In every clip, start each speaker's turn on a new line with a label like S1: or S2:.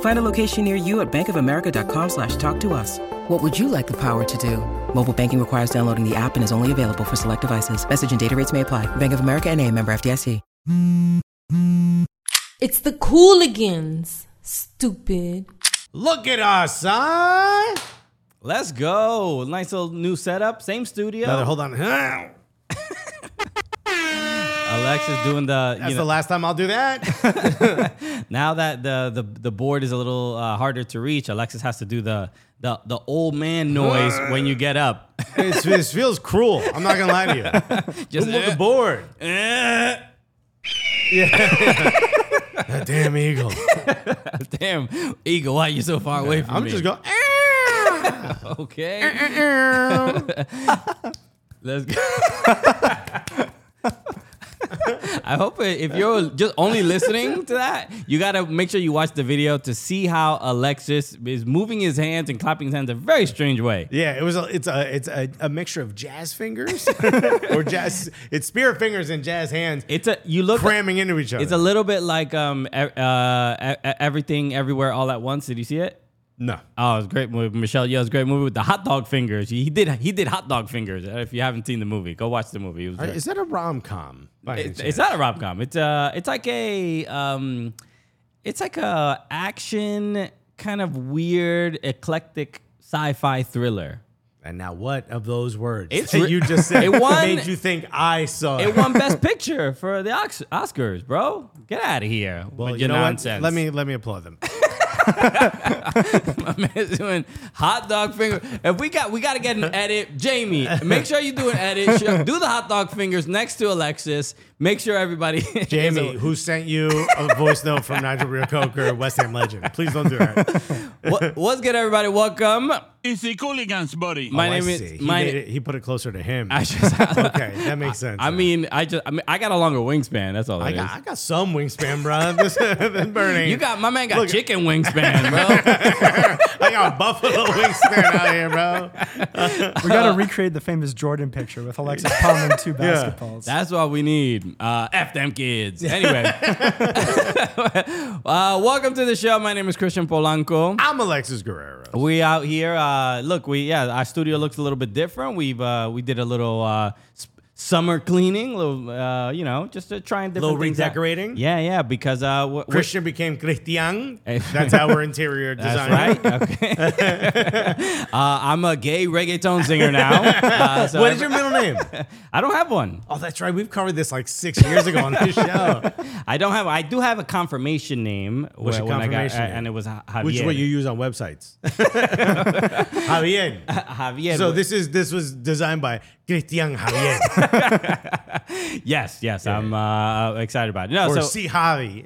S1: Find a location near you at bankofamerica.com slash talk to us. What would you like the power to do? Mobile banking requires downloading the app and is only available for select devices. Message and data rates may apply. Bank of America and a member FDIC.
S2: It's the Cooligans. Stupid.
S3: Look at us, huh? Let's go. Nice little new setup. Same studio.
S4: Another, hold on.
S3: Alexa's doing the.
S4: That's
S3: you
S4: the
S3: know,
S4: last time I'll do that.
S3: now that the, the the board is a little uh, harder to reach, Alexis has to do the the, the old man noise when you get up.
S4: It's- this feels cruel. I'm not gonna lie to you.
S3: Just
S4: Look at
S3: eh,
S4: the board.
S3: eh.
S4: That damn eagle.
S3: Damn, Eagle, why are you so far away from
S4: I'm
S3: me?
S4: just going.
S3: going. Okay, let's go. I hope i- if you're just only listening to that, you gotta make sure you watch the video to see how Alexis is moving his hands and clapping his hands a very strange way.
S4: Yeah, it was. A, it's a it's a, a mixture of jazz fingers or jazz. It's spear fingers and jazz hands
S3: It's a you look
S4: cramming into each other.
S3: It's a little bit like um e- uh e- e- everything everywhere all at once. Did you see it?
S4: no.
S3: Oh, it's a great movie. Michelle Yeoh's great movie with the hot dog fingers. He did he did hot dog fingers. If you haven't seen the movie, go watch the movie. It was great.
S4: Is that a rom com?
S3: It's, it's not a rom com. It's uh it's like a um it's like a action kind of weird eclectic sci-fi thriller.
S4: And now, what of those words
S3: It's
S4: that
S3: re-
S4: you just said
S3: It won-
S4: made you think I saw it?
S3: It won Best Picture for the Ox- Oscars, bro. Get out of here
S4: Well,
S3: with
S4: you
S3: your
S4: know
S3: nonsense.
S4: what? Let me let me applaud them.
S3: My man's doing hot dog finger. If we got, we got to get an edit. Jamie, make sure you do an edit. Sh- Do the hot dog fingers next to Alexis. Make sure everybody.
S4: Jamie, who sent you a voice note from Nigel Real Coker, West Ham legend? Please don't do that.
S3: what, what's good, everybody? Welcome.
S5: It's the Cooligans, buddy.
S3: My
S4: Oh, I
S3: name is.
S4: see. He,
S3: My.
S4: made it- he put it closer to him.
S3: I just.
S4: okay, that makes sense.
S3: I mean, I just. I mean, I got a longer wingspan. That's all.
S4: I
S3: it is.
S4: got, I got some wingspan, bro. This this bird ain't-
S3: You got my man got chicken wingspan, bro.
S4: I got buffalo wingspan out here, bro.
S6: We got to recreate the famous Jordan picture with Alexis Palmer and two basketballs.
S3: That's what we need. Uh, F them kids. Anyway, uh, welcome to the show. My name is Christian Polanco.
S4: I'm Alexis Guerrero.
S3: We out here. Uh, look, we yeah, our studio looks a little bit different. We've uh, we did a little uh, s- summer cleaning, little uh, you know, just to try and different
S4: Little
S3: things out.
S4: redecorating?
S3: Yeah, yeah, because uh, we're, we're-
S4: Christian became Christian.
S3: Hey.
S4: That's how we're interior
S3: that's
S4: designer.
S3: right. Okay. uh, I'm a gay reggaeton singer now. Uh, so
S4: What
S3: I-
S4: is your middle name?
S3: I don't have one.
S4: Oh, that's right. We've covered this like six years ago on this show.
S3: I don't have. I do have a confirmation name.
S4: What's
S3: wh-
S4: your confirmation
S3: I- uh,
S4: name?
S3: and it was Ja- Javier.
S4: Which is what you use on websites. Javier.
S3: Javier.
S4: So this is this was designed by Christian Javier
S3: Yes, yes. I'm uh, excited about it. No,
S4: or
S3: so
S4: C Javi.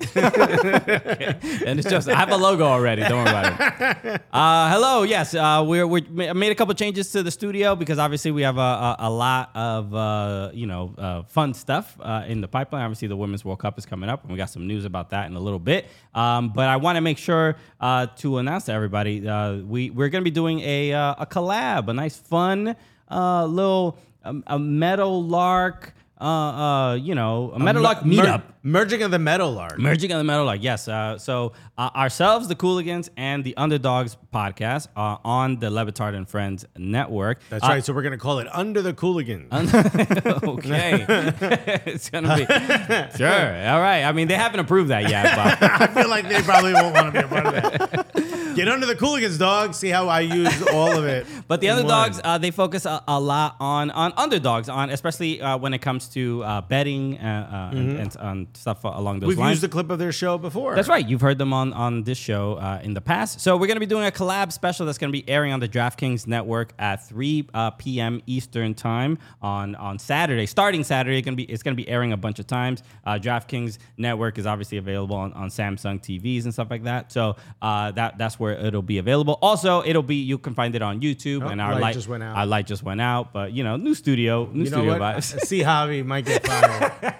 S3: and it's just I have a logo already. Don't worry about it. Uh, hello, yes, uh, we're we made a couple changes to the studio because obviously we have a, a, a lot of uh, you know uh, fun stuff uh, in the pipeline. Obviously, the Women's World Cup is coming up, and we got some news about that in a little bit. Um, but I want to make sure uh, to announce to everybody uh, we we're going to be doing a uh, a collab, a nice fun uh, little um, a metal lark. Uh, uh, you know, a metal lark
S4: Mer-
S3: meetup.
S4: merging of the metal art.
S3: Merging of the Metal Lark, yes. Uh, so uh, ourselves, the Cooligans, and the Underdogs podcast are on the Levitard and Friends network.
S4: That's right. So we're gonna call it Under the Cooligans.
S3: okay, it's gonna be sure. All right. I mean, they haven't approved that yet, but
S4: I feel like they probably won't want to be a part of that. Get under the Cooligans, dog. See how I use all of it.
S3: but the
S4: in
S3: Underdogs
S4: one.
S3: uh, they focus a, a lot on on underdogs, on especially uh, when it comes to uh, betting uh, uh, and, and on stuff along
S4: Mm-hmm.
S3: those
S4: We've
S3: lines.
S4: used a clip of their show before.
S3: That's right. You've heard them on on this show uh, in the past. So we're going to be doing a collab special that's going to be airing on the DraftKings Network at 3 uh, p.m. Eastern time on on Saturday. Starting Saturday, going to be it's going to be airing a bunch of times. Uh, DraftKings Network is obviously available on, on Samsung TVs and stuff like that. So uh, that that's where where it'll be available. Also, it'll be you can find it on YouTube.
S4: Oh,
S3: and our
S4: light
S3: light,
S4: just went out.
S3: Our light just went out, but you know, new studio, new
S4: You know
S3: studio
S4: what?
S3: vibes.
S4: See, hobby might get fired.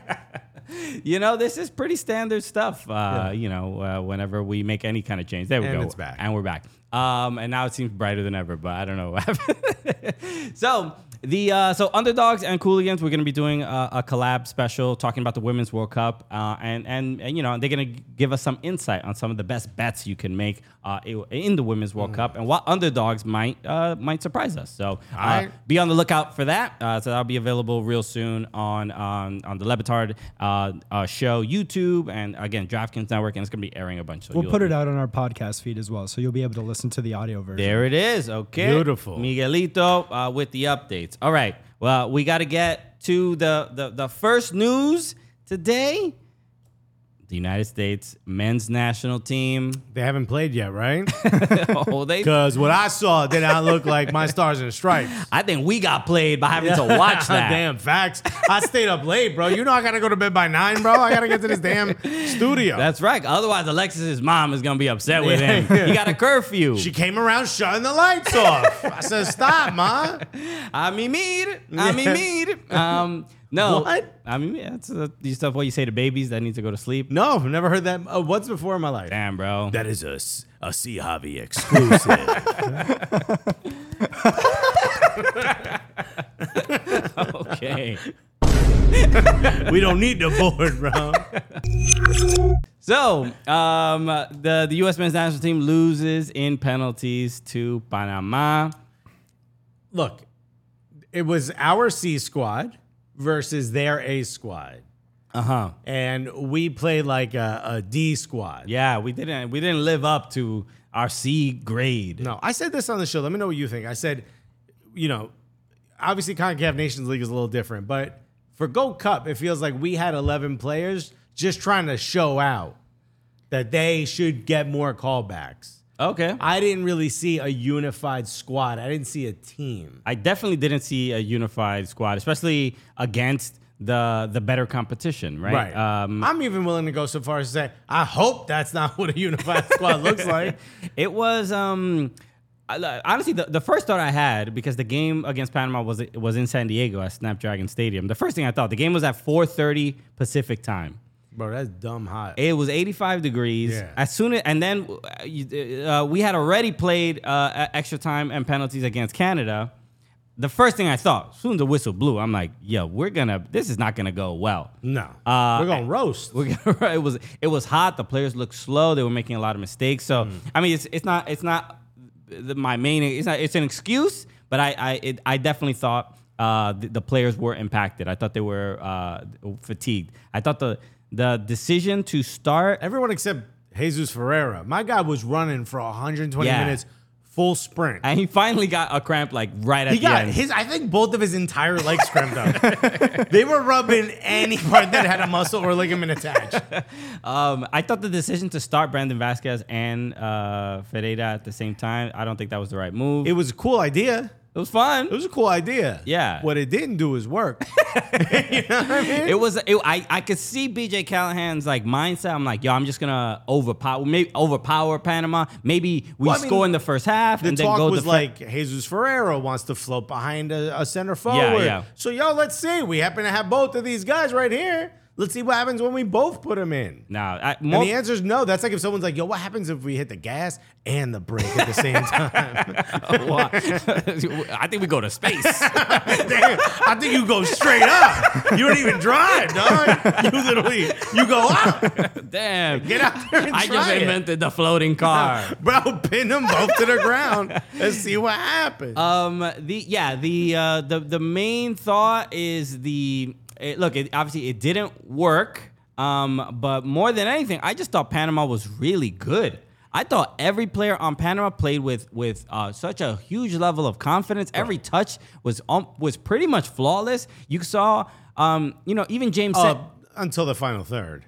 S3: you know, this is pretty standard stuff. Uh, You know, uh, whenever we make any kind of change, there we
S4: And
S3: go.
S4: it's back.
S3: And we're back. Um, and now it seems brighter than ever, but I don't know what happened. so the uh, so underdogs and cooligans, we're gonna be doing a, a collab special talking about the Women's World Cup, uh, and and and you know they're gonna give us some insight on some of the best bets you can make uh, i- in the Women's World Cup and what underdogs might uh, might surprise us. So uh,
S4: right.
S3: be on the lookout for that. Uh, so that'll be available real soon on on, on the Lebitard uh, uh, show YouTube and again DraftKings Network, and it's gonna be airing a bunch. So
S6: We'll
S3: you'll
S6: put it
S3: be-
S6: out on our podcast feed as well, so you'll be able to listen to the audio version.
S3: There it is. Okay,
S4: Beautiful.
S3: Miguelito uh, with the updates. All right. Well, we got to get to the, the the first news today. The United States men's national team.
S4: they haven't played yet, right?
S3: Oh, they.
S4: Because what I saw did not look like my stars and stripes.
S3: I think we got played by having to watch that.
S4: damn facts. I stayed up late, bro. You know I gotta go to bed by nine, bro. I gotta get to this damn studio.
S3: That's right. Otherwise, Alexis's mom is gonna be upset with him. He got a curfew.
S4: she came around shutting the lights off. I said, "Stop, ma."
S3: I mean, mead. I mean, mead. Um, no.
S4: What?
S3: I mean, yeah, it's uh, you stuff what you say to babies that need to go to sleep.
S4: No, I've never heard that uh, once before in my life.
S3: Damn, bro.
S4: That is a s- a C Javi exclusive.
S3: Okay.
S4: we don't need the board, bro.
S3: So, um, uh, the the U.S. men's national team loses in penalties to Panama.
S4: Look, it was our C squad versus their A squad,
S3: Uh huh.
S4: and we played like a, a D squad.
S3: Yeah, we didn't we didn't live up to our C grade.
S4: No, I said this on the show. Let me know what you think. I said, you know, obviously CONCACAF Nations League is a little different, but for Gold Cup, it feels like we had 11 players just trying to show out that they should get more callbacks.
S3: Okay. I,
S4: I didn't really see a unified squad. I didn't see a team.
S3: I definitely didn't see a unified squad, especially against the the better competition. Right. Um,
S4: I'm even willing to go so far as to say, I hope that's not what a unified squad looks like.
S3: It was um I- honestly the, the first thought I had because the game against Panama was was in San Diego at Snapdragon Stadium. The first thing I thought the game was at 4:30 Pacific time.
S4: Bro, that's dumb hot.
S3: It was 85 degrees.
S4: Yeah.
S3: As soon as and then uh, you- uh, we had already played uh, e- extra time and penalties against Canada. The first thing I thought, as soon as the whistle blew, I'm like, "Yeah, we're gonna. This is not gonna go well."
S4: no.
S3: Uh,
S4: We're going to roast.
S3: We're gonna- it was it was hot. The players looked slow. They were making a lot of mistakes. So I mean, it's it's not it's not the, my main. It's not it's an excuse, but I I it, I definitely thought uh, the, the players were impacted. I thought they were uh, fatigued. I thought the the decision to start
S4: Everyone except Jesus Ferreira. My guy was running for 120
S3: Yeah.
S4: minutes, full sprint.
S3: and he finally got a cramp like right at
S4: he
S3: the
S4: got
S3: end.
S4: his. I think both of his entire legs cramped up. they were rubbing any part that had a muscle or ligament attached.
S3: Um, I thought the decision to start Brandon Vasquez and uh, Ferreira at the same time. I don't think that was the right move.
S4: It was a cool idea.
S3: it was fun.
S4: It was a cool idea.
S3: Yeah.
S4: What it didn't do is work.
S3: It was. It, I I could see BJ Callahan's like mindset. I'm like, yo, I'm just gonna overpower, maybe overpower Panama. Maybe we
S4: Well, I mean,
S3: score in the first half
S4: The
S3: and then
S4: talk
S3: go
S4: was
S3: defen-
S4: like Jesus Ferrero wants to float behind a, a center forward.
S3: yeah.
S4: So y'all, let's see. We happen to have both of these guys right here. Let's see what happens when we both put them in.
S3: Nah, I,
S4: And
S3: mo-
S4: the answer is no. That's like if someone's like, "Yo, what happens if we hit the gas and the brake at the same time?"
S3: I think we go to space.
S4: Damn, I think you go straight up. You don't even drive, dog. You literally you go up.
S3: Damn,
S4: Get out there and
S3: I just
S4: try it.
S3: invented the floating car.
S4: Bro, pin them both to the ground and see what happens.
S3: Um, the yeah, the uh, the the main thought is the it, look. It, obviously, it didn't work. Um, but more than anything, I just thought Panama was really good. I thought every player on Panama played with with uh, such a huge level of confidence. Every touch was um, was pretty much flawless. You saw, um, you know, even James
S4: Uh,
S3: said
S4: until the final third.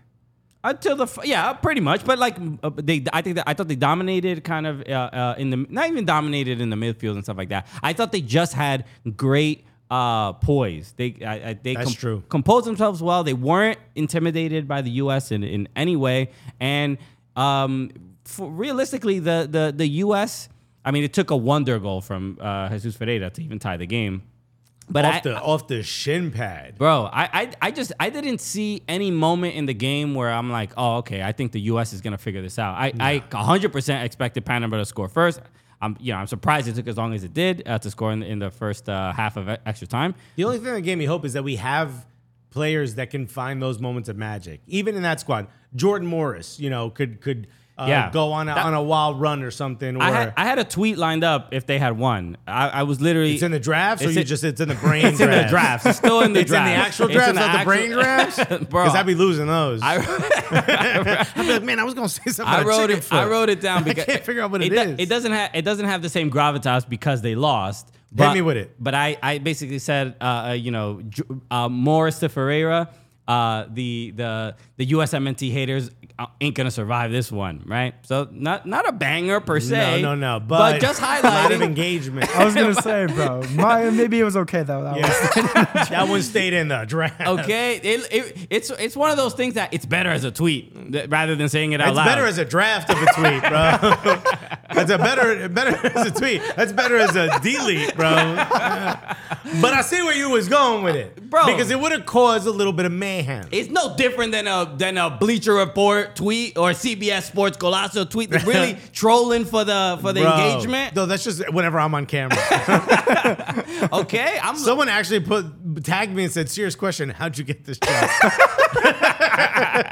S3: until the f- yeah, pretty much. But like uh, they, I think that I thought they dominated kind of uh, uh, in the not even dominated in the midfield and stuff like that. I thought they just had great uh, poise. They I, I, they
S4: That's true.
S3: composed themselves well. They weren't intimidated by the U.S. in in any way, and um, for realistically, the the the U.S. I mean, it took a wonder goal from uh, Jesus Ferreira to even tie the game. But
S4: off
S3: I,
S4: the off the shin pad.
S3: bro, I, I I just I didn't see any moment in the game where I'm like, oh, okay, I think the U.S. is gonna figure this out. I I 100 percent expected Panama to score first. I'm you know I'm surprised it took as long as it did uh, to score in, in the first uh, half of e- extra time.
S4: The only thing that gave me hope is that we have players that can find those moments of magic, even in that squad. Jordan Morris, you know, could could uh,
S3: Yeah.
S4: go on a,
S3: That-
S4: on a wild run or something. Or
S3: I had, I had a tweet lined up if they had won. I, I was literally
S4: it's in the drafts, or
S3: It's
S4: you
S3: in-
S4: just it's in the brain.
S3: It's in the drafts. It's still in the
S4: It's in the
S3: drafts.
S4: actual
S3: It's
S4: drafts,
S3: in
S4: not the brain drafts.
S3: Bro,
S4: Because I'd be losing those. I, would be like, man, I was gonna say something.
S3: I
S4: about
S3: wrote
S4: chicken
S3: it.
S4: foot."
S3: I wrote it down
S4: I
S3: because
S4: can't figure out what
S3: it
S4: it
S3: do-
S4: is.
S3: It doesn't have. It doesn't have the same gravitas because they lost. But,
S4: me with it.
S3: But I, I basically said, uh, uh, you know, Ju- uh, Morris to Ferreira, uh, the the the USMNT haters uh, ain't gonna survive this one, right? So not not a banger per se.
S4: No, no, no. But,
S3: just
S4: a lot of
S3: highlighting. Oh,
S4: engagement.
S6: I was gonna say, bro. My, maybe it was okay though. That was,
S4: Yeah. that one stayed in the draft.
S3: Okay, it, it, it's it's one of those things that it's better as a tweet th- rather than saying it out
S4: It's
S3: loud.
S4: better as a draft of a tweet, bro. That's a better better as a tweet. That's better as a delete, bro. But I see where you was going with it,
S3: Bro.
S4: because it would have caused a little bit of mayhem.
S3: It's no different than a than a Bleacher Report tweet or CBS Sports Colosso tweet. That's really trolling for the for the
S4: Bro.
S3: engagement.
S4: No, that's just whenever I'm on camera.
S3: Okay, I'm
S4: Someone actually put tagged me and said, "Serious question, how'd you get this job?"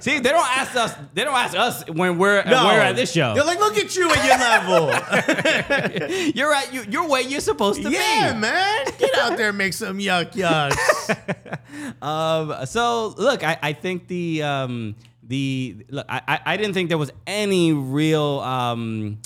S3: see they don't ask us they don't ask us when we're we're at this show.
S4: They're like, "Look at you at your level."
S3: You're at you, you're where you're supposed to
S4: yeah,
S3: be.
S4: man, get out there and make some yuck yucks.
S3: Um, so look, I, I think the um, the look, I, I- I didn't think there was any real um,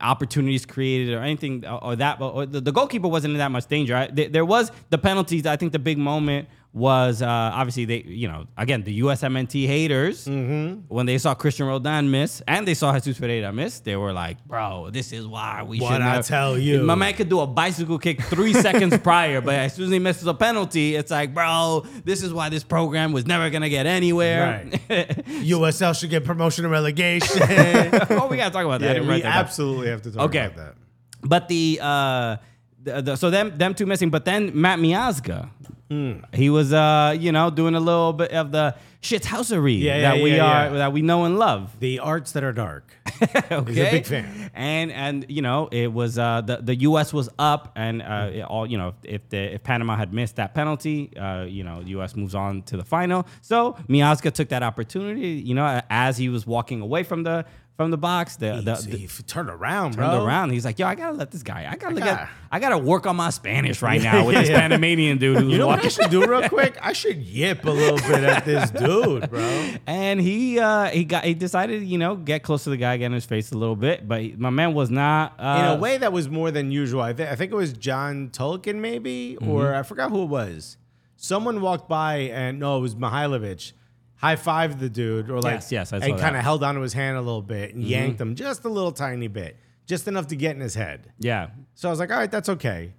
S3: opportunities created or anything uh, or, or that or the, the goalkeeper wasn't in that much danger. I, there, there was the penalties. I think the big moment was uh, obviously they you know again the USMNT haters
S4: Mm-hmm.
S3: when they saw Christian Roldan miss and they saw Jesus Pereira miss. They were like, bro, this is why we
S4: What
S3: should.
S4: I tell you.
S3: my man could do a bicycle kick three seconds prior, but as soon as he misses a penalty, it's like, bro, this is why this program was never gonna get anywhere.
S4: USL should get promotion and relegation.
S3: oh, we gotta talk about that. I
S4: Yeah,
S3: didn't
S4: we
S3: write that down.
S4: absolutely have to talk
S3: Okay.
S4: about that.
S3: But the, uh, the, the so them them two missing, but then Matt Miazga,
S4: Hmm.
S3: he was uh you know doing a little bit of the shithousery
S4: Yeah,
S3: that
S4: yeah,
S3: we
S4: yeah,
S3: are
S4: yeah.
S3: that we know and love.
S4: The arts that are dark.
S3: Okay,
S4: a big fan.
S3: And and you know it was uh the, the U.S. was up and
S4: Mm-hmm.
S3: uh it all you know if the if Panama had missed that penalty, uh you know the U.S. moves on to the final. So Miazga took that opportunity. You know as he was walking away from the from the box, the, the,
S4: he f- turned around, bro.
S3: turned around. He's like, yo, I gotta let this guy. I gotta look
S4: gotta-
S3: at. I gotta work on my Spanish right now with this Panamanian dude. Who's
S4: You know what I
S3: walking."
S4: should do real quick? I should yip a little bit at this dude, bro.
S3: And he uh, he got he decided you know get close to the guy, get in his face a little bit. But he- my man was not uh,
S4: In a way that was more than usual. I, th- I think it was John Tolkien, maybe,
S3: Mm-hmm.
S4: or I forgot who it was. Someone walked by and no, it was Mihailovich. High fived the dude, or like,
S3: Yes, yes, I saw
S4: and
S3: that. Mm-hmm.
S4: kind of held onto his hand a little bit and yanked him just a little tiny bit, just enough to get in his head.
S3: Yeah,
S4: So I was like, all right, that's okay.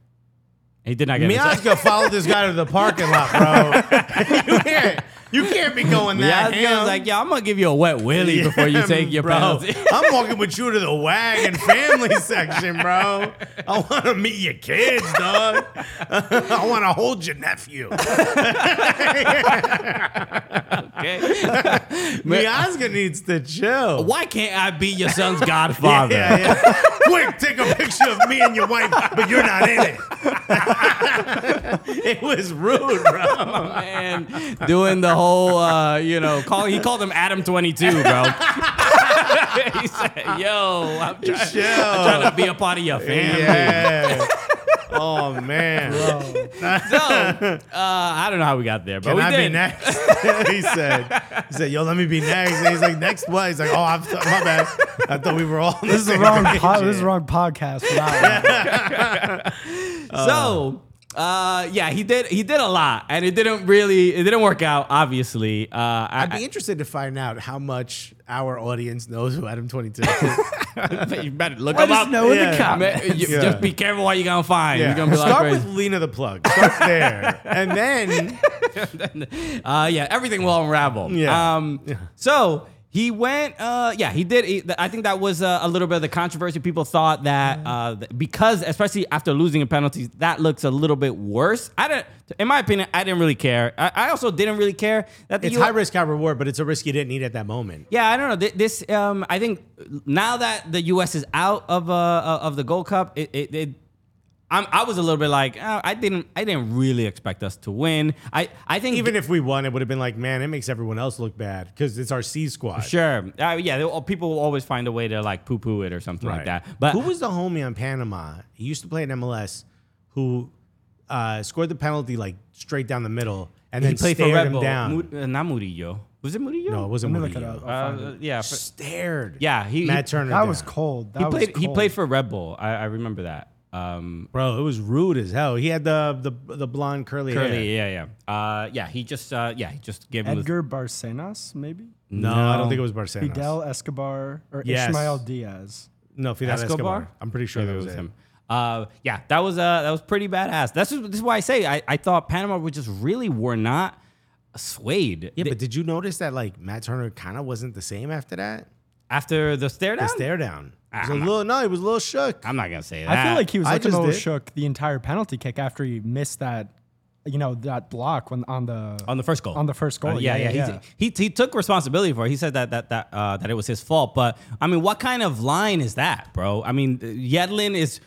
S3: he did not get. in his-
S4: Miazga followed this guy to the parking lot, bro. you, can't, you can't be going that
S3: Miazga
S4: ham.
S3: was like, yo, I'm gonna give you a wet willy before you take your
S4: bro.
S3: penalty.
S4: I'm walking with you to the wagon family section, bro. I want to meet your kids, dog. I want to hold your nephew.
S3: okay.
S4: Miazga needs to chill.
S3: Why can't I be your son's godfather?
S4: Yeah, yeah. Quick, take a picture of me and your wife, but you're not in it. it was rude, bro.
S3: Man, doing the whole, uh, you know, call. He called him Adam Twenty Two, bro. he said, "Yo, I'm trying, I'm trying to be a part of your family."
S4: Yeah. oh man.
S3: So, uh, I don't know how we got there, but
S4: Can
S3: we
S4: I
S3: did.
S4: be next? he said. He said, "Yo, let me be next." And he's like, "Next what?" He's like, "Oh, I'm so- my bad. I thought we were all." on
S6: this is the
S4: same
S6: wrong.
S4: page
S6: Po- this is
S4: here."
S6: the wrong podcast. For that one.
S3: So, uh, yeah, he did. He did a lot, and it didn't really. It didn't work out. Obviously, uh, I,
S4: I'd be interested to find out how much our audience knows who Adam Twenty Two.
S3: I- you better look
S6: I
S3: him
S6: just
S3: up.
S6: know in the
S4: Yeah.
S6: comments.
S3: Man, you-
S4: Yeah.
S3: Just be careful what you're gonna find. You're gonna be like,
S4: Start
S3: crazy.
S4: with Lena the Plug. Start there, and then
S3: uh, yeah, everything will unravel.
S4: Yeah.
S3: Um, so He went, uh, yeah, he did. He- I think that was uh, a little bit of the controversy. People thought that uh, th- because, especially after losing in penalties, that looks a little bit worse. I don't, in my opinion, I didn't really care. I, I also didn't really care that the
S4: It's
S3: U-
S4: high risk, high reward, but it's a risk you didn't need at that moment.
S3: Yeah, I don't know. Th- This, um, I think, now that the U.S. is out of uh, uh, of the Gold Cup, it, it, it I'm, I was a little bit like, uh, I didn't, I didn't really expect us to win. I, I think
S4: Even if we won, it would have been like, man, it makes everyone else look bad because it's our C squad.
S3: Sure. Uh, yeah, they, people will always find a way to like poo poo it or something like that. But
S4: who was the homie on Panama? He used to play in MLS who uh, scored the penalty like straight down the middle and then stared him down.
S3: Mu- uh, not Murillo. Was it Murillo?
S4: no, it wasn't
S6: Let me look it up.
S4: Murillo.
S6: I'll find
S3: Uh,
S6: it.
S3: yeah. for-
S4: Stared.
S3: Yeah, he-
S4: Matt
S3: he-
S4: Turner.
S6: That
S4: down.
S6: was cold. That
S3: he
S6: was
S3: played. He
S6: cold.
S3: played for Red Bull. I, I remember that. Um,
S4: bro. It was rude as hell. He had the the, the blonde curly, hair.
S3: Curly. Yeah, yeah. Uh, yeah. He just. Uh, yeah, he just gave him. the
S6: Edgar Barcenas, maybe?
S4: No, I don't think it was Barcenas.
S6: Fidel Escobar or
S4: Yes.
S6: Ishmael Diaz.
S4: No, Fidel Escobar.
S3: Escobar?
S4: I'm pretty sure
S3: Yeah,
S4: that
S3: it
S4: was,
S3: was
S4: him.
S3: him. Uh, yeah, that was uh, that was pretty badass. That's just, this is why I say I, I thought Panama was just really were not swayed
S4: Yeah,
S3: They-
S4: but did you notice that like Matt Turner kind of wasn't the same after that?
S3: after the stare
S4: The
S3: down.
S4: stare down. He was a
S3: I'm not-
S4: little, no, he was a little shook.
S3: I'm not gonna say that.
S6: I feel like he was
S4: I
S6: looking a
S4: just
S6: little
S4: did.
S6: shook the entire penalty kick after he missed that, you know, that block when on the
S3: on the first goal.
S6: on the first goal.
S3: Uh, yeah, yeah. He, he he took responsibility for it. He said that that that uh, that it was his fault. But I mean, what kind of line is that, bro? I mean, uh, Yedlin is.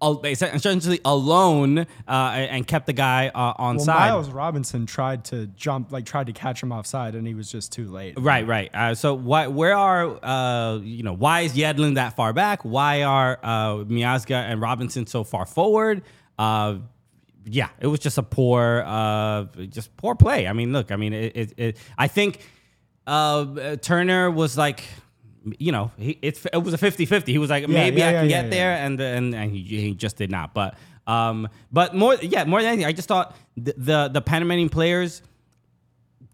S3: al- Essentially alone, uh, and kept the guy uh, on
S6: Well,
S3: side.
S6: Miles Robinson tried to jump, like tried to catch him offside, and he was just too late.
S3: Right, right. Uh, so why, where are uh, you know why is Yedlin that far back? Why are uh, Miazga and Robinson so far forward? Uh, yeah, it was just a poor, uh, just poor play. I mean, look, I mean, it, it, it, I think uh, Turner was like, you know, he, it, it was a 50-50. He was like, maybe
S6: yeah,
S3: I
S6: yeah,
S3: can
S6: yeah,
S3: get there
S6: yeah.
S3: there, and and and he, he just did not. But um, but more yeah, more than anything, I just thought the the, the Panamanian players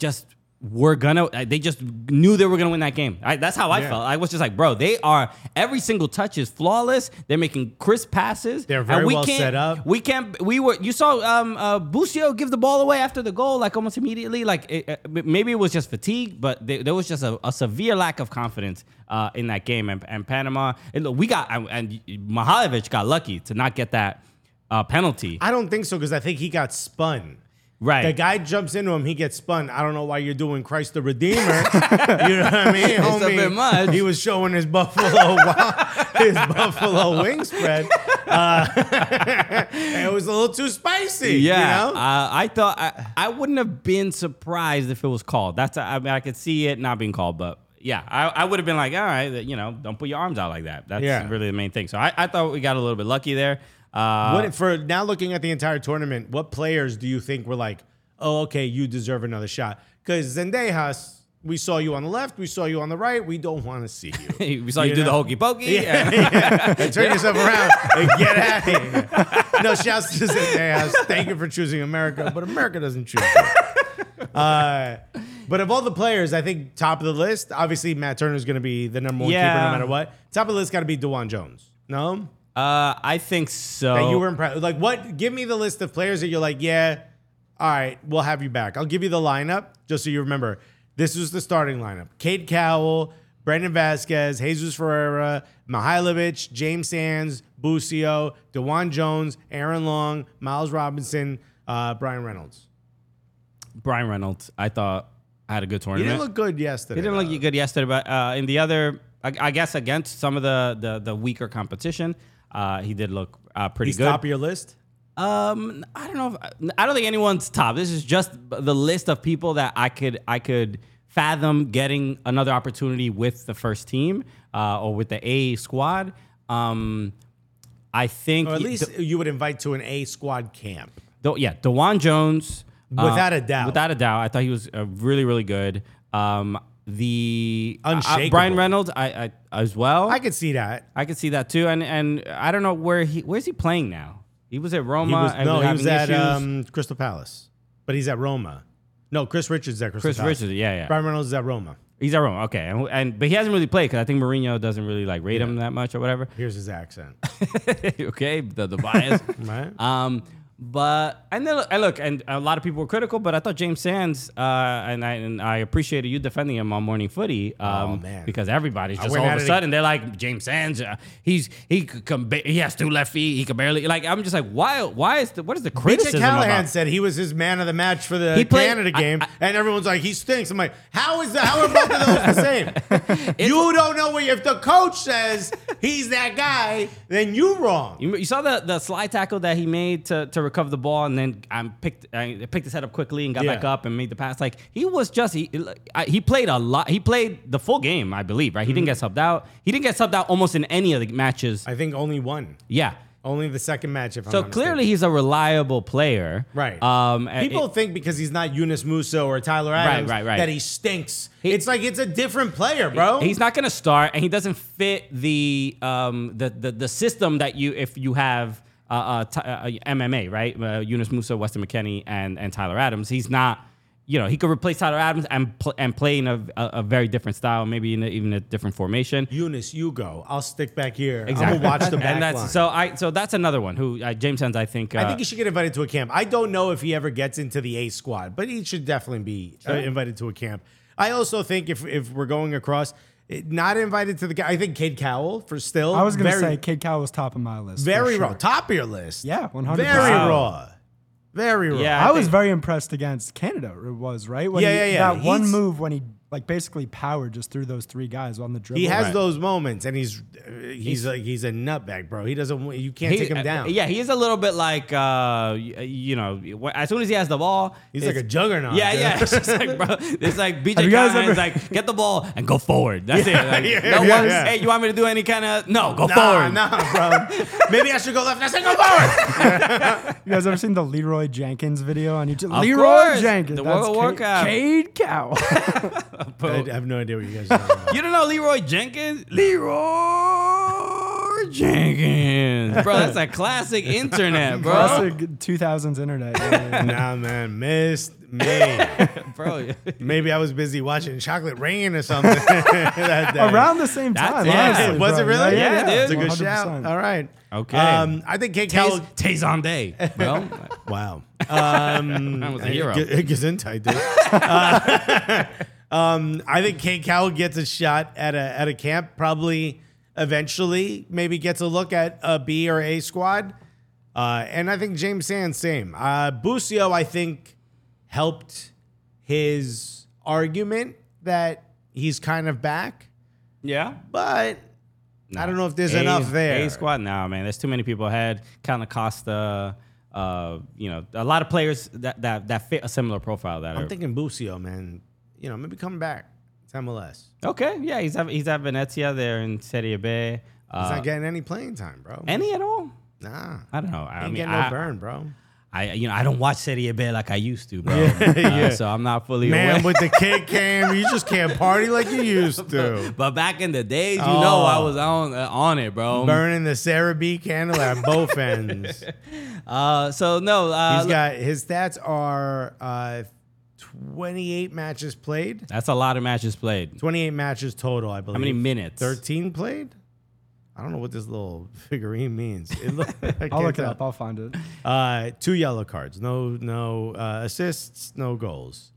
S3: just were gonna. uh, They just knew they were gonna win that game. I, that's how I
S4: Yeah.
S3: felt. I was just like, bro, they are every single touch is flawless. They're making crisp passes.
S4: They're
S3: and
S4: very
S3: we
S4: well
S3: can't-
S4: set up.
S3: We can't. We were. You saw um, uh, Busio give the ball away after the goal, like almost immediately. Like it, uh, maybe it was just fatigue, but there there was just a, a severe lack of confidence uh, in that game. And, and Panama, and look, we got and, and Mihailovic got lucky to not get that uh, penalty.
S4: I don't think so because I think he got spun.
S3: right.
S4: The guy jumps into him, he gets spun. I don't know why you're doing Christ the Redeemer. you know what I mean?
S3: a
S4: Homie,
S3: bit much.
S4: He was showing his buffalo wild- his buffalo wing spread. Uh, it was a little too spicy.
S3: Yeah,
S4: You know?
S3: uh, I thought I, I wouldn't have been surprised if it was called. That's I mean I could see it not being called, but yeah, I, I would have been like, all right, you know, don't put your arms out like that. That's
S4: Yeah.
S3: really the main thing. So I, I thought we got a little bit lucky there. Uh,
S4: what for now looking at the entire tournament, what players do you think were like, oh, okay, you deserve another shot? Because Zendejas, we saw you on the left, we saw you on the right, we don't want to see you.
S3: we saw you, do
S4: know?
S3: the hokey pokey. and-
S4: And turn yourself around and get out of here. No, shouts to Zendejas. Thank you for choosing America, but America doesn't choose you. Uh, but of all the players, I think top of the list, obviously Matt Turner is going to be the number one keeper
S3: Yeah.
S4: no matter what. Top of the list got to be Dewan Jones. No?
S3: Uh, I think so.
S4: that you were impressed. Like, what? Give me the list of players that you're like, yeah, all right, we'll have you back. I'll give you the lineup just so you remember. This was the starting lineup: Kate Cowell, Brandon Vasquez, Jesus Ferreira, Mihailovic, James Sands, Busio, Dewan Jones, Aaron Long, Miles Robinson, uh, Brian Reynolds.
S3: Brian Reynolds. I thought had a good
S4: He
S3: tournament.
S4: didn't look good yesterday.
S3: He didn't
S4: though.
S3: look good yesterday, but uh, in the other, I, I guess against some of the the, the weaker competition, uh, he did look uh, pretty
S4: He's
S3: good.
S4: top of your list.
S3: Um, I don't know. If, I don't think anyone's top. This is just the list of people that I could I could fathom getting another opportunity with the first team uh, or with the A squad. Um, I think,
S4: Or at least you would invite to an A squad camp.
S3: Do- yeah, Dewan Jones, uh,
S4: Without a doubt.
S3: without a doubt, I thought he was uh, really really good. Um, the uh,
S4: Unshakable.
S3: Brian Reynolds, I, I as well.
S4: I could see that.
S3: I could see that too, and and I don't know where he where's he playing now. He was at Roma.
S4: He was,
S3: and
S4: no, he was
S3: having
S4: at
S3: issues.
S4: um, Crystal Palace, but he's at Roma. No, Chris Richards is at Crystal
S3: Chris
S4: Palace.
S3: Richards, yeah, yeah.
S4: Brian Reynolds is at Roma.
S3: He's at Roma, okay, and, and but he hasn't really played because I think Mourinho doesn't really like rate him that much or whatever.
S4: Here's his accent,
S3: okay, the, the bias.
S4: right?
S3: um, But and then I look, and a lot of people were critical, but I thought James Sands, uh, and I and I appreciated you defending him on Morning Footy, um,
S4: Oh, man.
S3: because everybody's just
S4: went
S3: all of
S4: at
S3: a
S4: it
S3: sudden they're like James Sands, uh, he's he could come, ba- he has two left feet, he can barely like I'm just like why why is the what is the
S4: Richard
S3: criticism
S4: Callahan
S3: about?
S4: said he was his man of the match for the
S3: He played-
S4: Canada
S3: I-
S4: game,
S3: I-
S4: and everyone's like, he stinks. I'm like, how is that? How are both of those the same? you don't know what if the coach says he's that guy, then you wrong.
S3: You, you saw the, the slide tackle that he made to, to recover the ball, and then I picked I picked his head up quickly and got
S4: Yeah.
S3: back up and made the pass. Like he was just he I- he played a lot. He played the full game, I believe. Right? He didn't get subbed out. He didn't get subbed out almost in any of the matches.
S4: Mm-hmm. I think only one,
S3: yeah.
S4: only the second match. If I'm
S3: So
S4: not
S3: clearly
S4: mistaken.
S3: he's a reliable player.
S4: right.
S3: Um. and
S4: people
S3: it-
S4: think because he's not Eunice Musso or Tyler Adams
S3: right, right.
S4: that he stinks.
S3: He-
S4: it's like it's a different player, bro.
S3: He's not going to start, and he doesn't fit the um the the, the system that you if you have uh, uh, t- uh uh, MMA right, uh, Yunus Musa, Weston McKinney, and and Tyler Adams. He's not. You know, he could replace Tyler Adams and pl- and play in a, a, a very different style, maybe in a, even a different formation.
S4: Eunice, you go. I'll stick back here.
S3: Exactly.
S4: I'm gonna watch the back
S3: and that's
S4: line.
S3: so I so that's another one who uh, James Hens, I think. Uh,
S4: I think he should get invited to a camp. I don't know if he ever gets into the A squad, but he should definitely be uh, invited to a camp. I also think if if we're going across, it- not invited to the. ca- I think Kid Cowell for still.
S6: I was gonna
S4: very-
S6: say Kid Cow was top of my list. for
S4: very
S6: sure.
S4: raw, top of your list.
S6: Yeah, 100%.
S4: Very
S6: Wow.
S4: raw, very raw.
S3: Yeah.
S6: I,
S3: I
S6: was
S3: think-
S6: very impressed against Canada. It was right. When
S4: Yeah,
S6: he-
S4: yeah, yeah.
S6: That one
S4: He's-
S6: move when he like basically powered just through those three guys on the dribble.
S4: He has
S3: Right.
S4: those moments, and he's uh, he's like he's a nutbag, bro. He doesn't. You can't
S3: he-
S4: take him down.
S3: uh, yeah, he is a little bit like uh, y- you know, wh- as soon as he has the ball,
S4: He's
S3: it's-
S4: like a juggernaut,
S3: Yeah,
S4: dude.
S3: yeah. It's just like, bro, it's like BJ
S6: Have you guys
S3: Callahan's
S6: ever-
S3: like, get the ball and go forward. That's it. Like,
S4: yeah,
S3: no
S4: yeah,
S3: one's,
S4: yeah.
S3: hey, you want me to do any kind of no? Go
S4: nah,
S3: forward.
S4: nah, bro. Maybe I should go left. I said go forward.
S6: You guys ever seen the Leroy Jenkins video on YouTube?
S3: Of
S6: Leroy
S3: course,
S6: Jenkins.
S3: the
S6: that's
S3: World
S6: Cade-
S3: Workout.
S6: Cade Cow.
S4: I have no idea what you guys are talking about.
S3: You don't know Leroy Jenkins? Leroy Jenkins, bro. That's a classic internet, bro.
S6: Classic 2000s internet. Yeah,
S4: nah, man, missed me.
S3: bro.
S4: Maybe I was busy watching Chocolate Rain or something. that day.
S6: yeah. Around the same
S3: That's
S6: time,
S3: it.
S6: honestly.
S4: was
S6: bro.
S4: it really?
S3: Yeah, yeah. dude.
S4: It's a good shout.
S6: 100%.
S4: All right.
S3: Okay.
S4: Um, I think Kate
S3: Taze,
S4: Cowell.
S3: Taze on day, bro.
S4: Wow. Um,
S3: I was a hero.
S4: G- Gesundheit, dude. Uh, um, I think Kate Cowell gets a shot at a at a camp. Probably eventually, maybe gets a look at a B or A squad. Uh, and I think James Sands same. Uh, Busio, I think, helped his argument that he's kind of back,
S3: yeah.
S4: but I don't know if there's
S3: A-
S4: enough there.
S3: A squad, nah, man. There's too many people ahead. Count Costa, uh, you know, a lot of players that that, that fit a similar profile. That
S4: I'm
S3: are,
S4: thinking Busio, man. You know, maybe come back. It's MLS.
S3: okay, yeah, he's at, he's at Venezia there in Serie B.
S4: He's
S3: Uh,
S4: not getting any playing time, bro.
S3: any at all?
S4: nah.
S3: I don't know. I
S4: Ain't
S3: mean,
S4: getting
S3: I,
S4: no burn, bro.
S3: I you know I don't watch Serie B like I used to, bro. Uh, so I'm not fully
S4: Man,
S3: aware.
S4: with the kid cam, you just can't party like you used to.
S3: But back in the days, you know, I
S4: Oh.
S3: was on uh, on it, bro.
S4: Burning the Sarah B candle at both ends. He's
S3: Uh, so no, uh, look,
S4: got his stats are uh, 28 matches played,
S3: that's a lot of matches played.
S4: 28 matches total, I believe.
S3: How many minutes?
S4: 13 played. I don't know what this little figurine means. It look, I
S6: I'll
S4: can't
S6: look it
S4: tell.
S6: up. I'll find it.
S4: Uh, two yellow cards, no no uh, assists, no goals.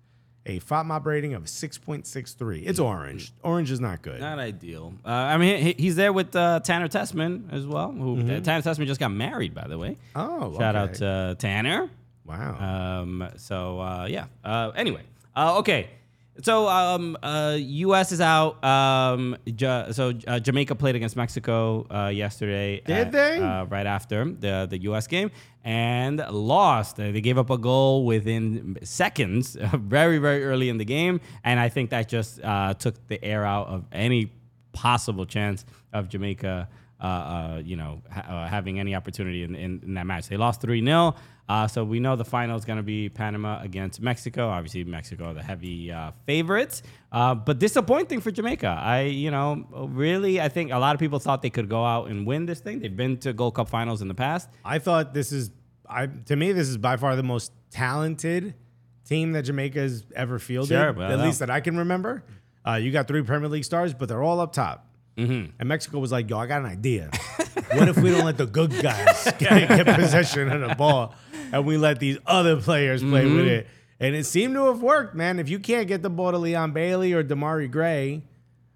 S4: A FOTMOP rating of 6.63. It's orange. Orange is not good.
S3: Not ideal. Uh, I mean, he, he's there with uh, Tanner Tessman as well. Who uh, Tanner Tessman just got married, by the way.
S4: Mm-hmm. Oh,
S3: shout
S4: okay.
S3: out to Tanner.
S4: Wow.
S3: Um, so uh, yeah. Uh, anyway, uh, okay. So um, uh, U.S. is out. Um, Ja- so uh, Jamaica played against Mexico uh, yesterday.
S4: Did
S3: at-
S4: they?
S3: Uh, right after the the U.S. game and lost. Uh, they gave up a goal within seconds, very very early in the game, and I think that just uh, took the air out of any possible chance of Jamaica. Uh, uh, you know, ha- uh, having any opportunity in, in, in that match. They lost 3 0. Uh, so we know the final is going to be Panama against Mexico. Obviously, Mexico are the heavy uh, favorites, uh, but disappointing for Jamaica. I, you know, really, I think a lot of people thought they could go out and win this thing. They've been to Gold Cup finals in the past.
S4: I thought this is, I to me, this is by far the most talented team that Jamaica's ever fielded,
S3: Sure, well,
S4: at
S3: no.
S4: least that I can remember. Uh, you got three Premier League stars, but they're all up top.
S3: Mm-hmm.
S4: And Mexico was like, yo, I got an idea. what if we don't let the good guys get, get possession of the ball? and we let these other players play
S3: Mm-hmm.
S4: with it. And it seemed to have worked, man. If you can't get the ball to Leon Bailey or Damari Gray,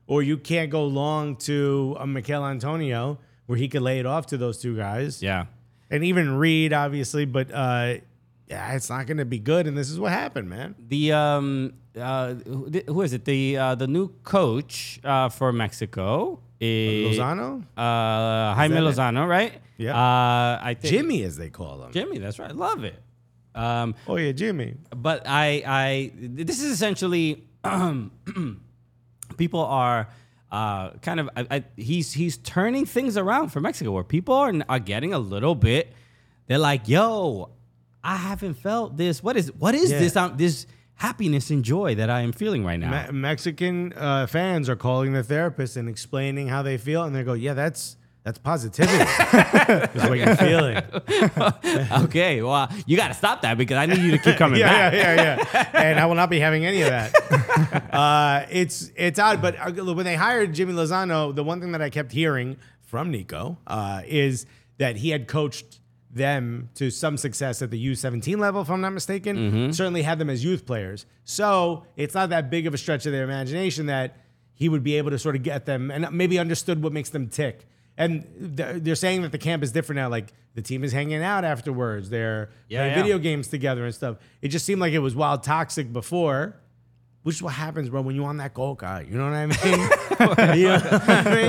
S4: or you can't go long to a Mikel Antonio where he could lay it off to those two guys,
S3: Yeah.
S4: and even Reed, obviously, but uh, yeah, it's not going to be good. And this is what happened, man.
S3: The um uh who who is it? The uh the new coach uh for Mexico is
S4: Lozano,
S3: Uh Jaime
S4: Is that
S3: Lozano, right?
S4: Yeah.
S3: Uh I think
S4: Jimmy, as they call him.
S3: Jimmy, that's right. Love it. Um
S4: Oh yeah, Jimmy.
S3: but I, I, this is essentially, people are uh, kind of, I, I, he's he's turning things around for Mexico, where people are are getting a little bit, they're like, yo, I haven't felt this. What is what is
S4: Yeah.
S3: this? Um, this happiness and joy that I am feeling right now.
S4: Me- Mexican uh, fans are calling the therapist and explaining how they feel, and they go, "Yeah, that's that's positivity. that's what you're feeling."
S3: okay, well, you got to stop that because I need you to keep coming back.
S4: yeah, yeah, yeah, yeah. and I will not be having any of that. uh, it's it's odd, but uh, when they hired Jimmy Lozano, the one thing that I kept hearing from Nico uh, is that he had coached them to some success at the U17 level, if I'm not mistaken.
S3: Mm-hmm.
S4: Certainly had them as youth players, so it's not that big of a stretch of their imagination that he would be able to sort of get them and maybe understood what makes them tick. And th- they're saying that the camp is different now. Like the team is hanging out afterwards. They're
S3: Yeah,
S4: playing
S3: yeah.
S4: video games together and stuff. It just seemed like it was wild toxic before, which is what happens, bro, when you on that coca. You know what I mean? You know what I mean?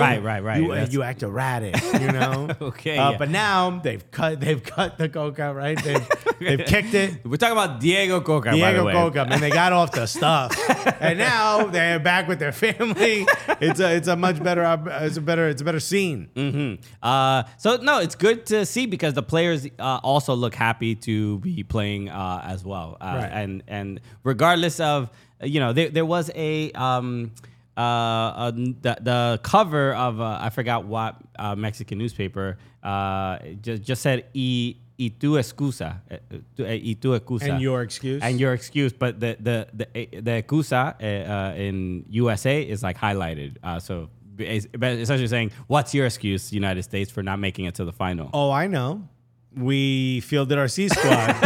S3: Right, right, right.
S4: You,
S3: That's-
S4: you act erratic, you know?
S3: Okay,
S4: Uh,
S3: yeah.
S4: But now they've cut they've cut the coca, right? They've, they've kicked it.
S3: We're talking about Diego Coca. by the
S4: Diego
S3: way.
S4: Coca, man, they got off the stuff, and now they're back with their family. It's a it's a much better op- it's a better it's a better scene.
S3: Mm-hmm. Uh, so no, it's good to see because the players uh, also look happy to be playing uh, as well. Uh,
S4: Right.
S3: And and regardless of you know there there was a um uh, uh the, the cover of uh, I forgot what uh, Mexican newspaper uh just just said e y tu excusa eh, tu- eh, y tu excusa
S4: And your excuse?
S3: and your excuse but the the the eh, the excusa uh, uh, in USA is like highlighted uh, so it's but essentially saying what's your excuse United States for not making it to the final
S4: Oh, I know. We fielded our C squad,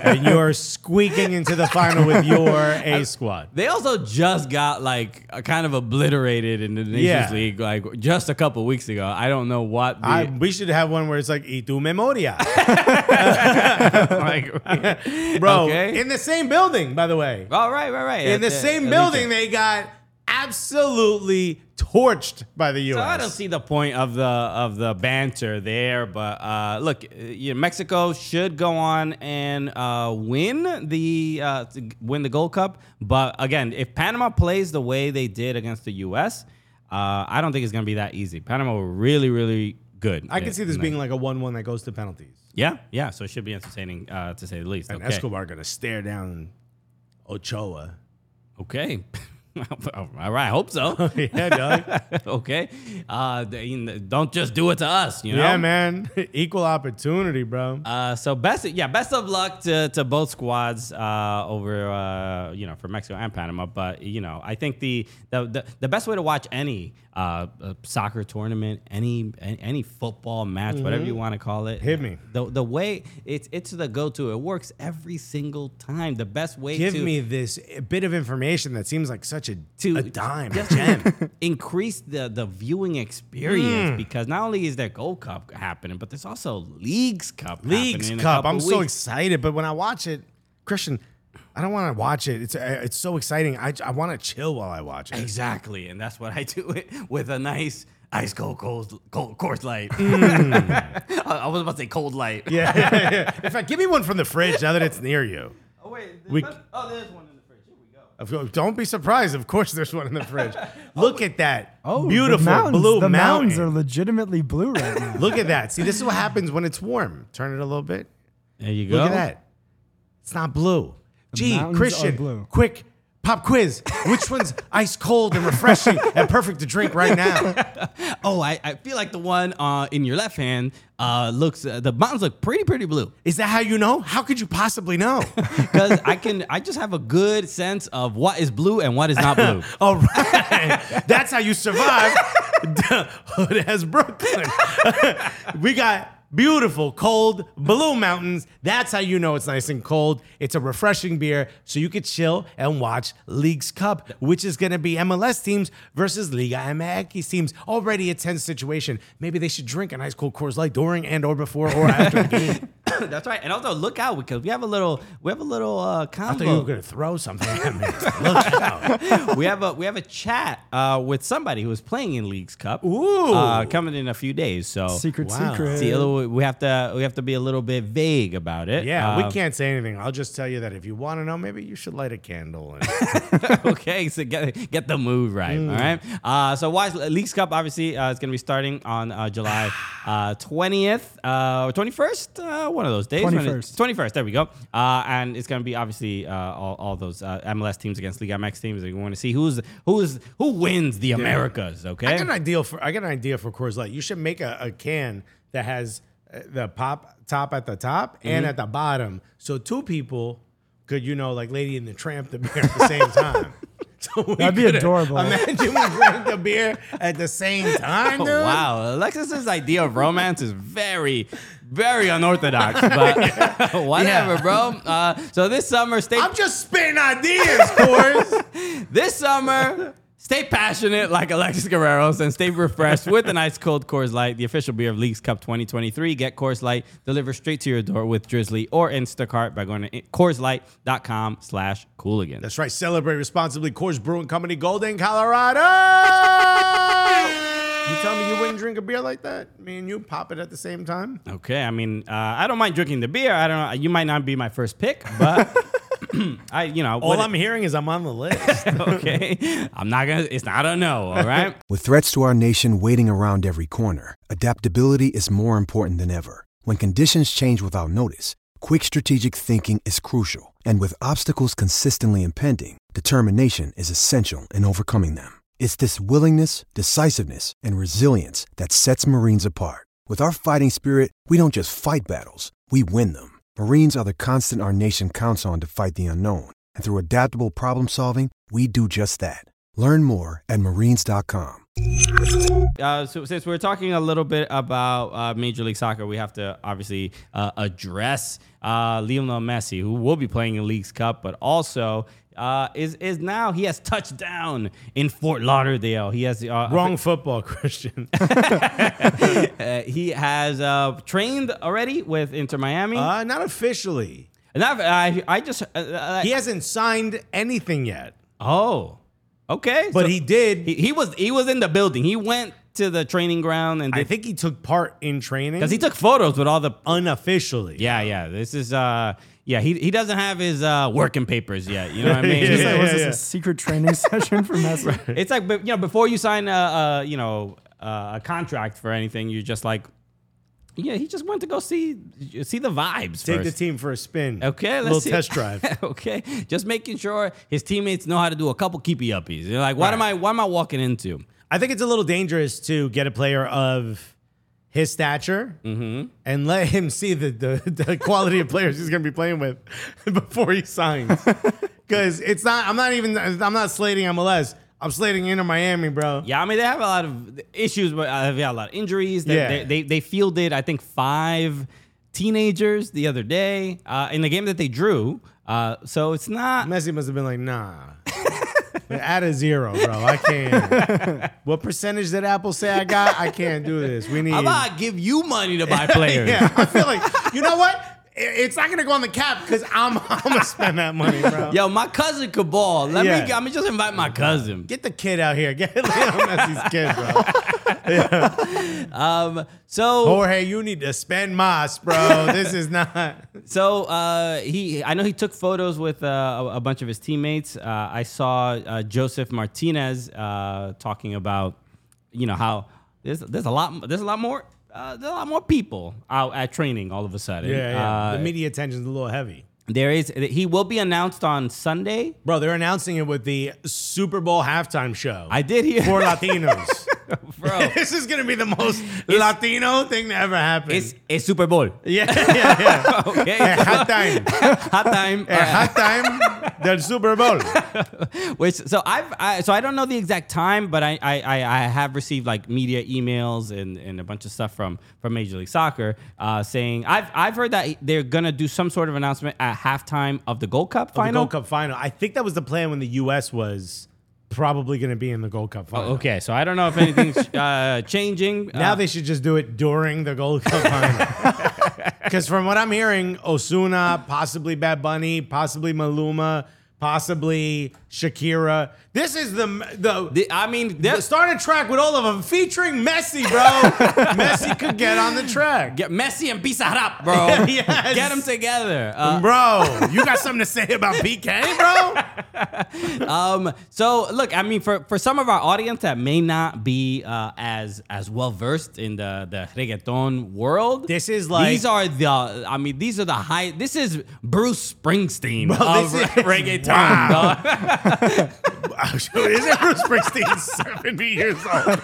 S4: and you're squeaking into the final with your A squad.
S3: They also just got like a kind of obliterated in the Nations
S4: Yeah.
S3: League like just a couple weeks ago. I don't know what the
S4: I, we should have one where it's like "Y tu memoria,"
S3: like.
S4: bro.
S3: Okay.
S4: In the same building, by the way.
S3: All right, right, right.
S4: in the
S3: At-
S4: same
S3: at
S4: building,
S3: least-
S4: they got absolutely torched by the U.S.
S3: So I don't see the point of the of the banter there, but uh, look, uh, you know, Mexico should go on and uh, win the uh, to g- win the Gold Cup. But again, if Panama plays the way they did against the U.S., uh, I don't think it's going to be that easy. Panama were really, really good.
S4: I can
S3: at-
S4: see this
S3: in that.
S4: being like a one-one that goes to penalties.
S3: Yeah, yeah. So it should be entertaining uh, to say the least.
S4: And
S3: okay.
S4: Escobar gonna stare down Ochoa.
S3: Okay. All right. I hope so.
S4: yeah, dog.
S3: okay. Uh, they- don't just do it to us, you know?
S4: Yeah, man. Equal opportunity, bro.
S3: Uh, so best, yeah, best of luck to, to both squads uh, over, uh, you know, for Mexico and Panama. But you know, I think the the, the, the best way to watch any uh, uh, soccer tournament, any an- any football match, whatever you want to call it,
S4: Mm-hmm. Hit me.
S3: The the way it's it's the go to. It works every single time. The best way
S4: Give
S3: to
S4: me this bit of information that seems like such a,
S3: to
S4: a dime, a
S3: just
S4: gem.
S3: increase the the viewing experience
S4: Mm.
S3: because not only is there Gold Cup happening, but there's also Leagues Cup.
S4: Leagues
S3: happening in a
S4: Cup.
S3: couple
S4: I'm so
S3: weeks.
S4: excited, but when I watch it, Christian, I don't want to watch it. It's uh, it's so exciting. I, I want to chill while I watch it.
S3: Exactly, and that's what I do it with a nice ice cold cold, cold course light. I I was about to say cold light.
S4: Mm. Yeah, yeah, yeah. In fact, give me one from the fridge now that it's near you.
S3: Oh wait,
S4: We- not-
S3: oh there's one in the fridge. Here we go. Oh,
S4: Of course- Don't be surprised. Of course, there's one in the fridge. Look at that.
S6: Oh, the
S4: beautiful
S6: mountains,
S4: blue
S6: the
S4: mountain.
S6: mountains are legitimately blue right now.
S4: Look at that. See, this is what happens when it's warm. Turn it a little bit.
S3: There you go.
S4: Look at that. It's not blue. Gee,
S6: mountains are
S4: Christian,
S6: blue.
S4: quick pop quiz. Which one's ice cold and refreshing and perfect to drink right now?
S3: Oh, I, I feel like the one uh, in your left hand uh, looks. Uh, the mountains look pretty pretty blue.
S4: Is that how you know? How could you possibly know?
S3: because I can I just have a good sense of what is blue and what is not blue.
S4: All right. That's how you survive hood as Brooklyn. we got Beautiful, cold, Blue Mountains. That's how you know it's nice and cold. It's a refreshing beer, so you could chill and watch League's Cup, which is going to be MLS teams versus Liga MX teams. Already a tense situation. Maybe they should drink a nice cold Coors Light during and or before or after the game.
S3: That's right. And also look out because we have a little we have a little uh
S4: I thought you were
S3: combo.
S4: going to throw something at me. Look out.
S3: we have a we have a chat uh with somebody who is playing in League's Cup.
S4: Ooh.
S3: Uh, coming in a few days. So
S6: Secret,
S4: Wow.
S6: secret.
S3: See, a little- we have to we have to be a little bit vague about it.
S4: Yeah,
S6: Um,
S3: Uh,
S4: we can't say anything. I'll just tell you that if you want to know, maybe you should light a candle. And
S3: okay, so get get the mood right.
S6: Mm.
S3: All right. Uh, so watch League's Cup. Obviously, uh, it's going to be starting on uh, July twentieth uh, or twenty first. Uh, one of those days.
S6: 21st.
S3: Twenty first. There we go. Uh, and it's going to be obviously uh, all, all those uh, MLS teams against League MX teams. We want to see who's who's who wins the Americas.
S4: I
S3: Okay.
S4: got an idea for I got an idea for Coors Light. You should make a, a can that has uh, the pop top at the top
S6: Mm-hmm.
S4: and at the bottom, so two people could you know like Lady and the Tramp the beer at the same time. So we
S6: That'd be
S4: could-
S6: adorable.
S4: Imagine we drank the beer at the same time.
S3: Oh,
S4: Dude.
S3: wow, Alexis's idea of romance is very, very unorthodox. But whatever, bro. Uh, so this summer, stay.
S4: I'm just spitting ideas, Coors.
S3: This summer, stay passionate like Alexis Guerrero's and stay refreshed with an ice cold Coors Light, the official beer of Leagues Cup 2023. Get Coors Light delivered straight to your door with Drizzly or Instacart by going to CoorsLight.com slash Cooligan.
S4: That's right. Celebrate responsibly. Coors Brewing Company, Golden, Colorado. You tell me you wouldn't drink a beer like that? Me and you pop it at the same time?
S3: Okay, I mean, uh, I don't mind drinking the beer. I don't. You might not be my first pick, but I, you know,
S4: All
S3: what-
S4: I'm hearing is I'm on the list.
S3: okay. I'm not gonna. It's not a no. All right.
S7: With threats to our nation waiting around every corner, adaptability is more important than ever. When conditions change without notice, quick strategic thinking is crucial, and with obstacles consistently impending, determination is essential in overcoming them. It's this willingness, decisiveness, and resilience that sets Marines apart. With our fighting spirit, we don't just fight battles, we win them. Marines are the constant our nation counts on to fight the unknown, and through adaptable problem solving, we do just that. Learn more at marines.com.
S3: Uh, so since we're talking a little bit about uh, Major League Soccer, we have to obviously uh, address uh, Lionel Messi, who will be playing in League's Cup, but also uh, is is now he has touched down in Fort Lauderdale. He has uh,
S4: Wrong football, Christian.
S3: uh, he has uh, trained already with Inter Miami.
S4: Uh, not officially.
S3: and I've, I I just uh, uh,
S4: He hasn't signed anything yet,
S3: oh okay,
S4: but
S3: So
S4: he did.
S3: he he was he was in the building. He went to the training ground and
S4: I think he took part in training
S3: because he took photos with all the
S4: unofficially.
S3: Yeah, yeah. This is uh yeah, he he doesn't have his uh working papers yet. You know what I mean?
S4: Yeah,
S6: It's like, was
S4: yeah,
S6: this
S4: yeah.
S6: a secret training session for Messi?
S3: It's like but, you know, before you sign a, a you know uh, a contract for anything, you're just like yeah, he just went to go see see the vibes.
S4: Take the
S3: first.
S4: team for a spin.
S3: Okay, let's
S4: little
S3: see.
S4: test drive.
S3: okay, just making sure his teammates know how to do a couple keepy uppies. They're like, what am I? What am I walking into?
S4: I think it's a little dangerous to get a player of his stature
S3: Mm-hmm.
S4: and let him see the, the, the quality of players he's going to be playing with before he signs. Because it's not, I'm not even, I'm not slating MLS. I'm slating Inter Miami, bro.
S3: Yeah, I mean they have a lot of issues, but uh, they've got a lot of injuries. They,
S4: Yeah.
S3: they, they they fielded I think five teenagers the other day uh, in the game that they drew. Uh, so it's not.
S4: Messi must have been like, nah. Add a zero, bro. I can't. what percentage did Apple say I got? I can't do this. We need.
S3: I'm about to give you money to buy players.
S4: Yeah, I feel like you know what? I- It's not gonna go on the cap because I'm I'm gonna spend that money, bro.
S3: Yo, my cousin could ball. Let me.
S4: Yeah.
S3: Let me just invite my cousin.
S4: Get the kid out here. Get Lionel Messi's kid, bro.
S3: Um, So
S4: Jorge, you need to spend mas, bro. This is not.
S3: So uh, he, I know he took photos with uh, a, a bunch of his teammates. Uh, I saw uh, Joseph Martinez uh, talking about, you know, how there's there's a lot there's a lot more uh, there's a lot more people out at training all of a sudden. Uh,
S4: the media attention's a little heavy,
S3: there is he will be announced on Sunday.
S4: bro. They're announcing it with the Super Bowl halftime show
S3: I did hear
S4: for Latinos.
S3: bro.
S4: this is gonna be the most Latino thing that ever happened.
S3: It's, it's Super Bowl.
S4: yeah, yeah, yeah.
S3: Okay.
S4: At hot time.
S3: Hot time.
S4: At
S3: Uh,
S4: hot time. Del Super Bowl.
S3: Which so I've I, so I don't know the exact time, but I I, I, I have received like media emails and, and a bunch of stuff from from Major League Soccer uh, saying I've I've heard that they're gonna do some sort of announcement at halftime of the Gold Cup
S4: The
S3: final.
S4: Gold Cup final. I think that was the plan when the U.S. was probably gonna be in the Gold Cup final.
S3: Oh, Okay, so I don't know if anything's uh, changing.
S4: Now
S3: Uh,
S4: they should just do it during the Gold Cup final. Because from what I'm hearing, Osuna, possibly Bad Bunny, possibly Maluma, possibly Shakira. This is the the.
S3: the- I mean,
S4: the
S3: they're-
S4: starting track with all of them featuring Messi, bro. Messi could get on the track.
S3: get Messi and Pizarrap, bro.
S4: Yes.
S3: Get them together. Uh,
S4: bro, you got something to say about PK, bro?
S3: So look, I mean, for, for some of our audience that may not be uh, as as well versed in the the reggaeton world,
S4: This is like-
S3: these are the I mean these are the high. This is Bruce Springsteen
S4: Bro,
S3: of
S4: Oh, this is-
S3: reggaeton.
S4: Wow.
S3: dog.
S4: Isn't Bruce Springsteen 70 years old?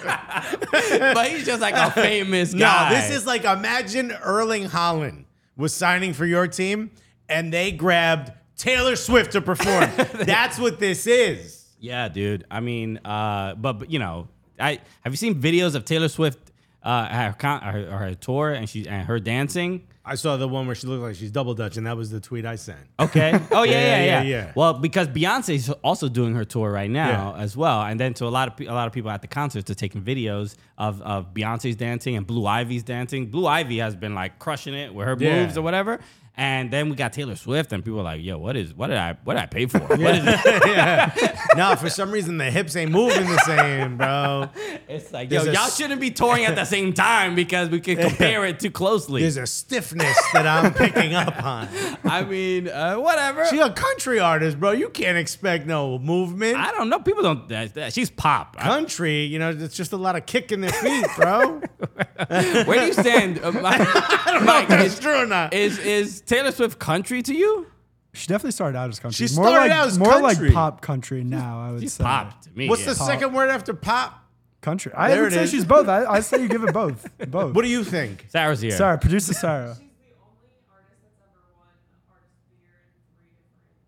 S3: but he's just like a famous
S4: No,
S3: guy.
S4: this is like imagine Erling Holland was signing for your team and they grabbed Taylor Swift to perform. That's what this is.
S3: yeah, dude. I mean, uh, but, but you know, I have you seen videos of Taylor Swift uh, at her, con- her, her tour and she and her dancing.
S4: I saw the one where she looked like she's double Dutch, and that was the tweet I sent.
S3: Okay. Oh yeah,
S4: Yeah,
S3: yeah,
S4: yeah,
S3: yeah,
S4: yeah.
S3: Well, because Beyonce's also doing her tour right now
S4: Yeah.
S3: as well, and then to a lot of pe- a lot of people at the concerts are taking videos of of Beyonce's dancing and Blue Ivy's dancing. Blue Ivy has been like crushing it with her
S4: Yeah.
S3: moves or whatever. And then we got Taylor Swift, and people are like, "Yo, what is what did I what did I pay for? What is it?
S4: no, for some reason the hips ain't moving the same, bro.
S3: It's like,
S4: There's
S3: yo,
S4: a
S3: y'all
S4: s-
S3: shouldn't be touring at the same time because we can compare it too closely.
S4: There's a stiffness that I'm picking up on.
S3: I mean, uh, whatever.
S4: She a country artist, bro. You can't expect no movement.
S3: I don't know. People don't. That, that, she's pop. I-
S4: country, you know, it's just a lot of kicking their feet, bro.
S3: Where do you stand? Uh, Mike, I don't
S4: if that's true or not.
S3: Is is Taylor Swift country to you?
S6: She definitely started out as country.
S4: She
S6: more
S4: started
S6: like,
S4: out as
S6: more
S4: country.
S6: like pop country now. I would
S3: She's
S6: say
S3: pop to me.
S4: What's
S3: yeah.
S4: the second word after pop?
S6: country. I
S4: There
S6: would
S4: it
S6: say
S4: is.
S6: she's both. I, I say you give it both. Both.
S4: What do you think?
S3: Sarah's here.
S6: Sarah, producer Sarah.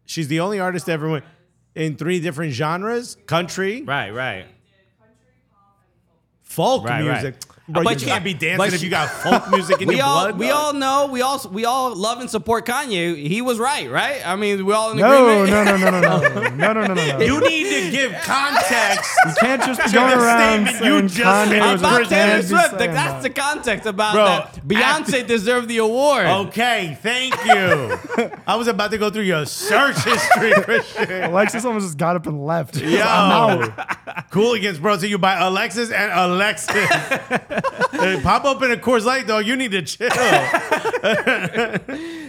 S4: She's the only artist to ever win in three different genres: country,
S3: Right, right.
S4: folk
S3: Right, right.
S4: music. Bro,
S3: But
S4: you
S3: she-
S4: can't be dancing
S3: but
S4: if
S3: she-
S4: you got folk music in
S3: We
S4: your
S3: all
S4: blood.
S3: we all know we all we all love and support Kanye. He was right, right? I mean, we all in
S6: No,
S3: agreement.
S6: no, no, no, no, no, no, no, no, no, no. no.
S4: You need to give context.
S6: You can't just be
S4: Check
S6: going
S4: the
S6: around
S4: statement you
S6: saying
S4: just made.
S6: Kanye was
S4: About
S6: a
S3: About
S6: great
S3: Taylor
S6: man, be
S3: Swift,
S6: saying
S3: like, that's
S6: that.
S3: the context about
S4: Bro, Oh.
S3: that. Beyonce
S4: after-
S3: deserved the award.
S4: okay, thank you. I was about to go through your search history, Christian.
S6: Alexis almost just got up and left.
S4: Yo,
S6: I'm out.
S4: Cooligans brought to you by Alexis and Alexis. Hey, pop open a Coors Light, dog. You need to chill.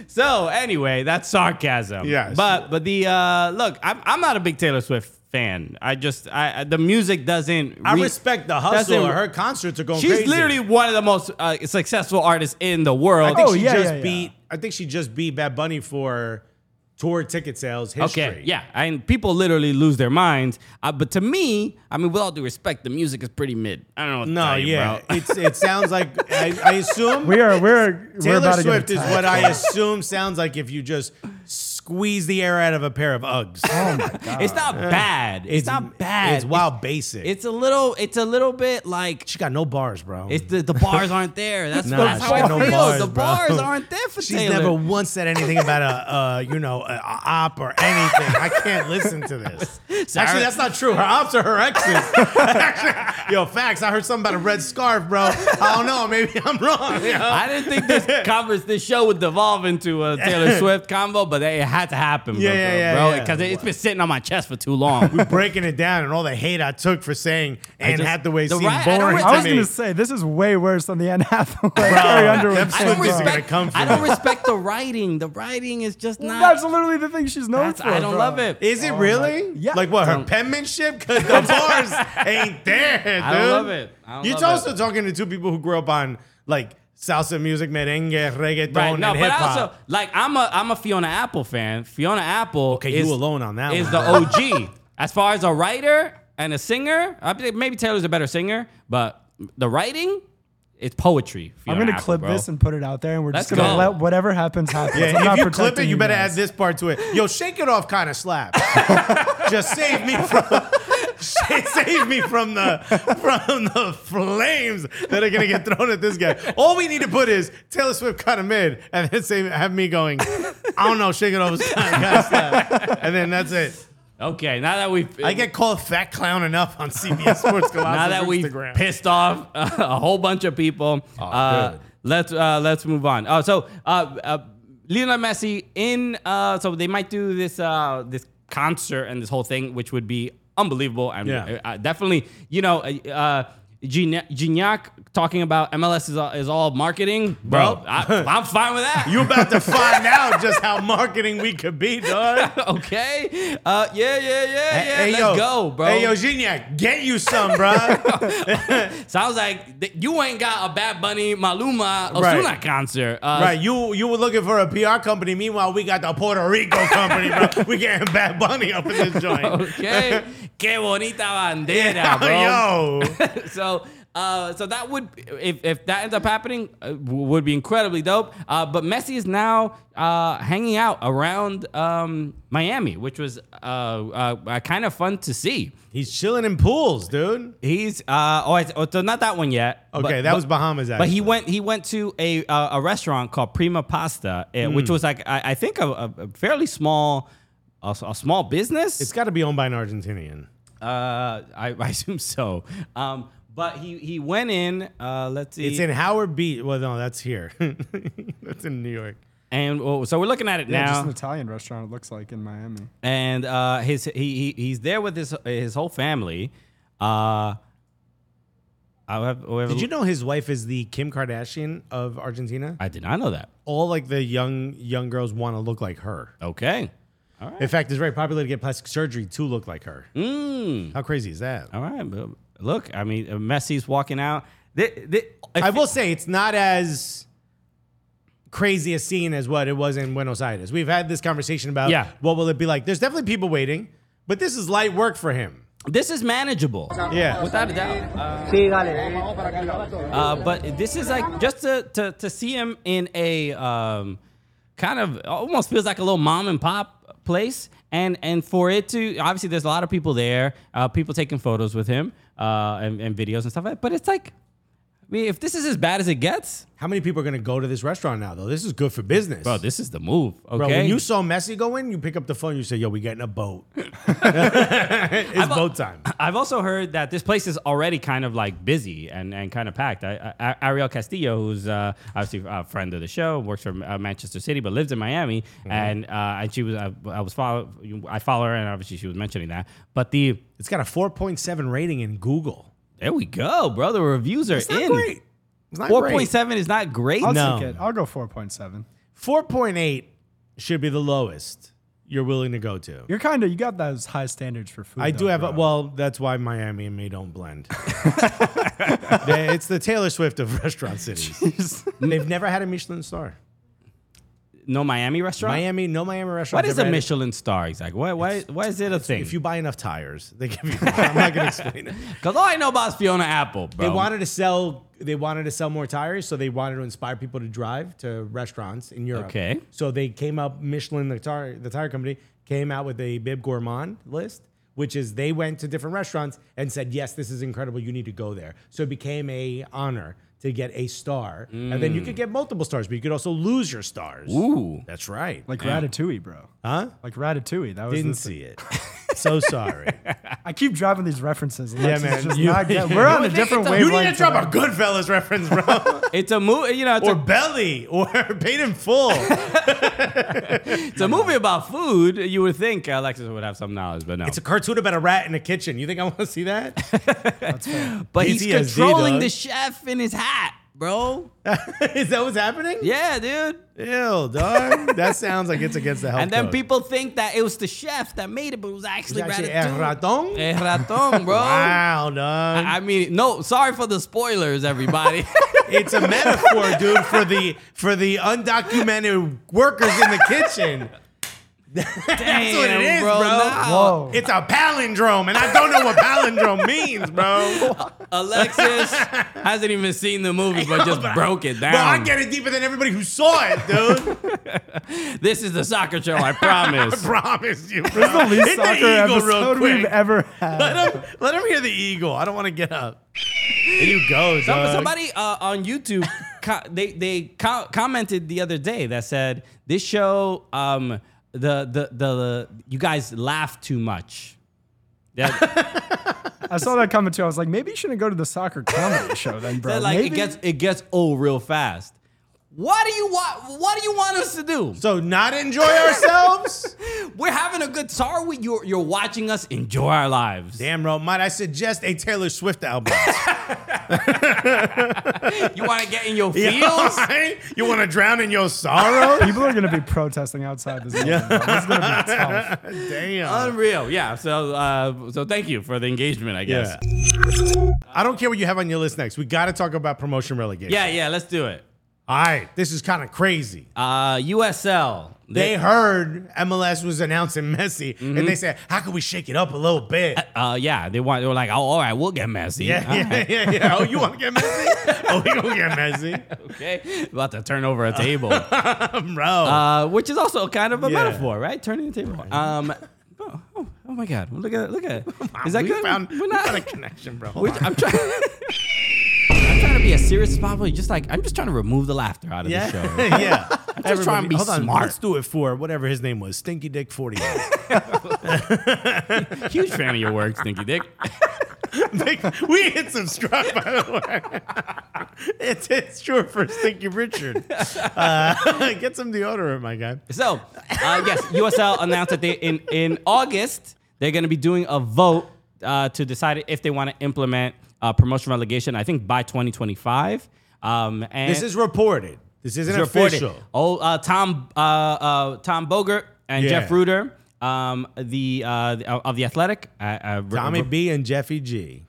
S3: So anyway, that's sarcasm.
S4: Yes.
S3: But but the uh, look, I'm, I'm not a big Taylor Swift fan. I just I I- the music doesn't.
S4: I
S3: re-
S4: respect the
S3: doesn't-
S4: hustle. Her concerts are going
S3: She's
S4: crazy.
S3: literally one of the most uh, successful artists in the world.
S4: I think
S6: Oh,
S4: she
S6: yeah,
S4: just
S6: yeah, yeah.
S4: beat. I think she just beat Bad Bunny for tour ticket sales history.
S3: Okay, yeah, and people literally lose their minds. Uh, but to me, I mean, with all due respect, the music is pretty mid. I don't know. What to
S4: No,
S3: tell you,
S4: yeah,
S3: bro.
S4: it's it sounds like I, I assume
S6: We are we're we're
S4: Taylor
S6: about to
S4: Swift
S6: get
S4: is
S6: attacked.
S4: what I assume sounds like if you just squeeze the air out of a pair of Uggs.
S6: Oh my god.
S3: it's not bad. It's, not bad.
S4: It's wild basic.
S3: It's, it's a little. It's a little bit like.
S4: she got no bars, bro.
S3: It's the, the bars aren't there. That's,
S4: Nah,
S3: that's
S4: she
S3: how I
S4: got no
S3: feel.
S4: bars,
S3: the
S4: bro.
S3: bars aren't there for
S4: She's
S3: Taylor.
S4: never once said anything about a, uh, you know, a, a op or anything. I can't listen to this. Actually, that's not true. Her ops are her exes. Actually, yo, facts. I heard something about a red scarf, bro. I don't know. Maybe I'm wrong. you know?
S3: I didn't think this conference, this show would devolve into a Taylor Swift combo, but it had to happen, bro.
S4: Yeah, yeah, yeah,
S3: bro,
S4: yeah.
S3: because it's been sitting on my chest for too long.
S4: breaking it down and all the hate I took for saying Anne
S3: just-
S4: Hathaway
S3: the
S4: seemed
S3: right- I don't
S4: boring
S3: re-
S4: to
S6: I was
S4: me.
S6: gonna say this is way worse than the Anne Hathaway Carrie Underwood.
S4: that's
S3: I don't
S4: Swift isn't gonna
S3: respect.
S4: come for
S3: I don't
S4: that.
S3: respect the writing. The writing is just not.
S6: That's literally the thing she's known
S3: that's-
S6: for.
S3: I don't
S6: bro.
S3: love it.
S4: Is it really?
S6: Yeah.
S4: Like what? Her penmanship? Because the bars ain't there, dude.
S3: I don't love it. I don't
S4: You're
S3: love
S4: also
S3: it.
S4: talking to two people who grew up on like salsa music, merengue, reggaeton,
S3: Right, no,
S4: and
S3: but
S4: hip
S3: also
S4: hop.
S3: like I'm a I'm a Fiona Apple fan. Fiona Apple.
S4: Okay,
S3: is,
S4: you alone on that one,
S3: is the OG. as far as a writer, and a singer. I think maybe Taylor's a better singer, but the writing, it's poetry.
S6: I'm
S3: Fiona
S6: gonna
S3: Apple,
S6: clip
S3: bro.
S6: this and put it out there, and we're
S3: Let's
S6: just gonna
S3: go.
S6: let whatever happens happen.
S4: Yeah,
S6: I'm not
S4: if you clip it,
S6: protecting
S4: you better
S6: guys.
S4: add this part to it. Yo, shake it off, kind of slap. Just save me from. sa- Save me from the from the flames that are gonna get thrown at this guy. All we need to put is Taylor Swift kind of mid, and then save, have me going. I don't know, shake it off, kind of slap, and then that's it.
S3: Okay, now that we've
S4: I get called fat clown enough on CBS Sports Colossus
S3: now that we've
S4: Instagram.
S3: pissed off a whole bunch of people, uh,
S4: Oh, good.
S3: let's uh, let's move on. Oh, so uh, uh, Lionel Messi in uh, so they might do this uh, this concert and this whole thing, which would be unbelievable and
S4: Yeah.
S3: uh, definitely you know. Uh, Gignac Gignac talking about MLS is all, is all marketing, bro.
S4: Bro.
S3: I, I'm fine with that.
S4: You about to find out just how marketing we could be, dog.
S3: okay? Uh, yeah, yeah, yeah, yeah. Let's go, bro.
S4: Hey, yo, Gignac, get you some, bro.
S3: Sounds like th- you ain't got a Bad Bunny Maluma
S4: Right.
S3: Osuna concert. Uh,
S4: right, you you were looking for a PR company. Meanwhile, we got the Puerto Rico company, bro. We getting Bad Bunny up in this joint.
S3: Okay. Qué bonita bandera,
S4: Oh,
S3: bro.
S4: yo.
S3: So, uh, so that would, if, if that ends up happening, uh, w- would be incredibly dope. Uh, but Messi is now uh, hanging out around um, Miami, which was uh, uh, uh, kind of fun to see.
S4: He's chilling in pools, dude.
S3: He's uh oh, I, oh so not that one yet.
S4: Okay, that was Bahamas,
S3: But he
S4: actually.
S3: went he went to a uh, a restaurant called Prima Pasta, uh,
S4: Mm.
S3: which was like I, I think a, a a fairly small a, a small business.
S4: It's got to be owned by an Argentinian.
S3: Uh, I, I assume so. Um, but he he went in. Uh, let's see.
S4: It's in Howard Beach. Well, no, that's here. that's in New York.
S3: and oh, so we're looking at it
S6: Yeah,
S3: now.
S6: just an Italian restaurant. It looks like in Miami.
S3: and uh, his he, he he's there with his his whole family. Uh, I have, oh, I have-
S4: Did you know his wife is the Kim Kardashian of Argentina?
S3: I did not know that.
S4: All like the young young girls want to look like her.
S3: Okay.
S4: In fact, it's very popular to get plastic surgery to look like her. How crazy is that?
S3: Hmm. All right, but look, I mean, Messi's walking out. Th- th- if-
S4: I will say it's not as crazy a scene as what it was in Buenos Aires. We've had this conversation about
S3: Yeah.
S4: what will it be like. There's definitely people waiting, but this is light work for him.
S3: this is manageable,
S4: Yeah.
S3: without a doubt. Uh, uh, but this is like just to to, to see him in a um, kind of almost feels like a little mom and pop place, and and for it to obviously there's a lot of people there, uh, people taking photos with him uh, and, and videos and stuff. like that. But it's like, I mean, if this is as bad as it gets,
S4: How many people are going to go to this restaurant now, though? This is good for business.
S3: bro, this is the move. Okay,
S4: Bro, when you saw Messi go in, you pick up the phone, you say, yo, we getting a boat. it's boat time.
S3: I've also heard that this place is already kind of like busy and, and kind of packed. I, I, Ariel Castillo, who's uh, obviously a friend of the show, works for uh, Manchester City but lives in Miami,
S4: Mm-hmm.
S3: and uh, and she was I, I was follow I follow her and obviously she was mentioning that. But the
S4: It's got a 4.7 rating in Google.
S3: there we go, bro. The reviews are
S4: It's not
S3: in.
S4: great. It's not
S3: Four
S4: great.
S3: point seven is not great.
S6: I'll
S4: No.
S6: take it. I'll go four point seven.
S4: 4.8 should be the lowest you're willing to go to.
S6: You're kind of you got those high standards for food.
S4: I
S6: though,
S4: do have
S6: bro.
S4: a, well, that's why Miami and me don't blend. They- it's the Taylor Swift of restaurant cities. They've never had a Michelin star.
S3: No Miami restaurant.
S4: Miami, no Miami restaurant.
S3: What is a Michelin star exactly? Why why why is it a thing?
S4: If you buy enough tires, they give you. I'm not gonna explain it.
S3: Because all I know about is Fiona Apple, bro.
S4: They wanted to sell. They wanted to sell more tires, so they wanted to inspire people to drive to restaurants in Europe.
S3: Okay.
S4: So they came up. Michelin, the tire, the tire company, came out with a Bib Gourmand list, which is they went to different restaurants and said, "Yes, this is incredible. You need to go there." So it became a honor to get a star, and then you could get multiple stars, but you could also lose your stars.
S3: Ooh.
S4: That's right.
S6: like Ratatouille, bro.
S4: huh?
S6: Like Ratatouille. That was
S4: Didn't
S6: the-
S4: see it. so sorry.
S6: I keep driving these references.
S4: Yeah,
S6: Lex is
S4: man.
S6: just
S4: You-
S6: not get- we're on a
S3: would think it's
S6: different
S3: a-
S6: wavelength.
S4: You need to drop
S6: tonight.
S4: a Goodfellas reference, bro,
S3: It's a movie, you know. It's
S4: or
S3: a
S4: Belly, or Paid in Full.
S3: It's a movie about food. You would think Alexis would have some knowledge, but no.
S4: It's a cartoon about a rat in a kitchen. You think I want to see that?
S3: but he's
S4: PTSD,
S3: controlling
S4: dog.
S3: the chef in his hat, bro.
S4: Is that what's happening?
S3: Yeah, dude.
S4: Ew, dog. that sounds like it's against the health
S3: and then
S4: code.
S3: people think that it was the chef that made it, but it was
S4: It's
S3: actually,
S4: actually El
S3: ratatouille.
S4: Raton.
S3: El raton, bro.
S4: Wow, dog.
S3: I mean, no, sorry for the spoilers, everybody.
S4: it's a metaphor, dude, for the for the undocumented workers in the kitchen. That's what it is, bro.
S3: Oh.
S6: Whoa.
S4: It's a palindrome, and I don't know what palindrome means, bro.
S3: Alexis hasn't even seen the movie, but just broke it down.
S4: Bro, I get it deeper than everybody who saw it, dude.
S3: This is the soccer show, I promise.
S4: Promise you, bro.
S6: the least
S4: Hit the
S6: soccer
S4: eagle real
S6: episode
S4: quick.
S6: we've ever had.
S4: Let him, let him hear the eagle. I don't want to get up. There you go, dog.
S3: Some- somebody uh, on YouTube, co- they they co- commented the other day that said this show, um, the the the you guys laugh too much. Yeah,
S6: I saw that comment too. I was like, maybe you shouldn't go to the soccer comedy show then, bro.
S3: like
S6: maybe.
S3: it gets it gets old real fast. What do you want? What do you want us to do?
S4: So not enjoy ourselves?
S3: We're having a good time. We you're you're watching us enjoy our lives.
S4: Damn, bro. Might I suggest a Taylor Swift album?
S3: You want to get in your
S4: You know
S3: feels?
S4: what I mean? You want to drown in your sorrow?
S6: People are going to be protesting outside this. Yeah. It's going to be tough.
S4: Damn.
S3: Unreal. Yeah. So uh, so thank you for the engagement. I guess.
S4: Yeah. I don't care what you have on your list next. We got to talk about promotion relegation.
S3: Yeah. Yeah. Let's do it.
S4: All right. This is kind of crazy.
S3: Uh, USL.
S4: they heard MLS was announcing Messi, and they said, "How can we shake it up a little bit?"
S3: Mm-hmm. Uh, yeah, they want. They were like, oh, all right, we'll get messy.
S4: yeah, yeah, yeah, yeah. Oh, you want to get Messi? oh, we gonna get Messi,
S3: Okay, about to turn over a table,
S4: bro.
S3: uh, which is also kind of a
S4: Yeah.
S3: metaphor, right? Turning the table. Um, oh, oh, oh my God, look at it, look at it. Is that
S4: we
S3: good?
S4: Found,
S3: We're
S4: we
S3: not.
S4: found a connection, bro.
S3: we're- I'm trying. I'm trying to be as serious as possible. Just like I'm just trying to remove the laughter out of
S4: yeah,
S3: the show.
S4: yeah. I'm
S3: just trying to be
S4: hold on.
S3: smart.
S4: Let's do it for whatever his name was, Stinky Dick Forty.
S3: Huge fan of your work, Stinky Dick.
S4: we hit subscribe, by the way. it's it's true for Stinky Richard. Uh, get some deodorant, my guy.
S3: So, uh, yes, USL announced that they in in August they're going to be doing a vote uh, to decide if they want to implement uh, promotion relegation. I think by 2025. Um, and
S4: This is reported. This isn't
S3: it's
S4: official.
S3: Oh, uh, Tom uh, uh, Tom Bogert and
S4: Yeah.
S3: Jeff Reuter, um, the uh, the- of the Athletic. Uh, uh,
S4: Tommy B and Jeffy G.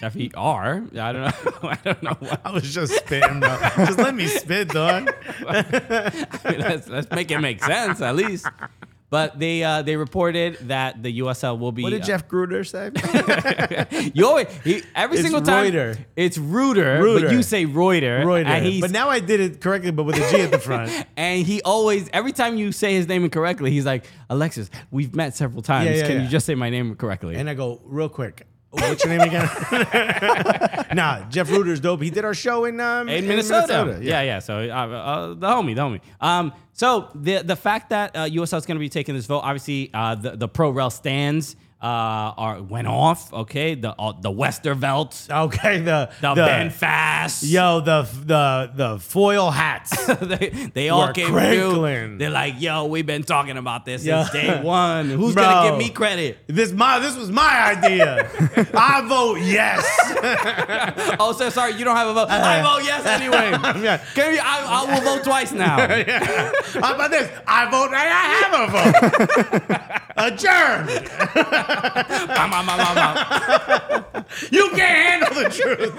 S3: Jeffy R. I don't know. I don't know. What.
S4: I was just spitting, bro. just let me spit, dog.
S3: let's, let's make it make sense at least. But they uh, they reported that the USL will be
S4: What did
S3: uh,
S4: Jeff Gruder say?
S3: You always he, every
S4: It's
S3: single time
S4: Reuter.
S3: it's Reuter,
S4: Reuter.
S3: but you say Reuter, and he's,
S4: But now I did it correctly, but with a G at the front. Yeah,
S3: and he always every time you say his name incorrectly, he's like Alexis. We've met several times.
S4: yeah,
S3: Can
S4: yeah.
S3: you just say my name correctly?
S4: And I go, real quick, what's your name again? nah, Jeff Ruder's dope. He did our show in, um,
S3: in Minnesota.
S4: Yeah.
S3: Yeah, yeah. So uh, uh, the homie, the homie. Um, so the the fact that uh, USL is going to be taking this vote, obviously, uh, the the pro rel stands uh, are went off. Okay, the uh, the Westervelt, the,
S4: Okay, Uh, the,
S3: Ben Fast,
S4: Yo, the the the foil hats.
S3: they, they all
S4: We're
S3: came
S4: crinkling.
S3: through. They're like, yo, we've been talking about this
S4: Yeah.
S3: since day one. Who's
S4: Bro.
S3: gonna give me credit?
S4: this my this was my idea. I vote yes.
S3: Oh, so sorry, you don't have a vote. I vote yes anyway.
S4: Uh-huh. Yeah.
S3: Can you, I, I will vote twice now.
S4: How about this? I vote. I have a vote. Adjourned.
S3: Bam, bam, bam, bam, bam.
S4: You can't handle the truth.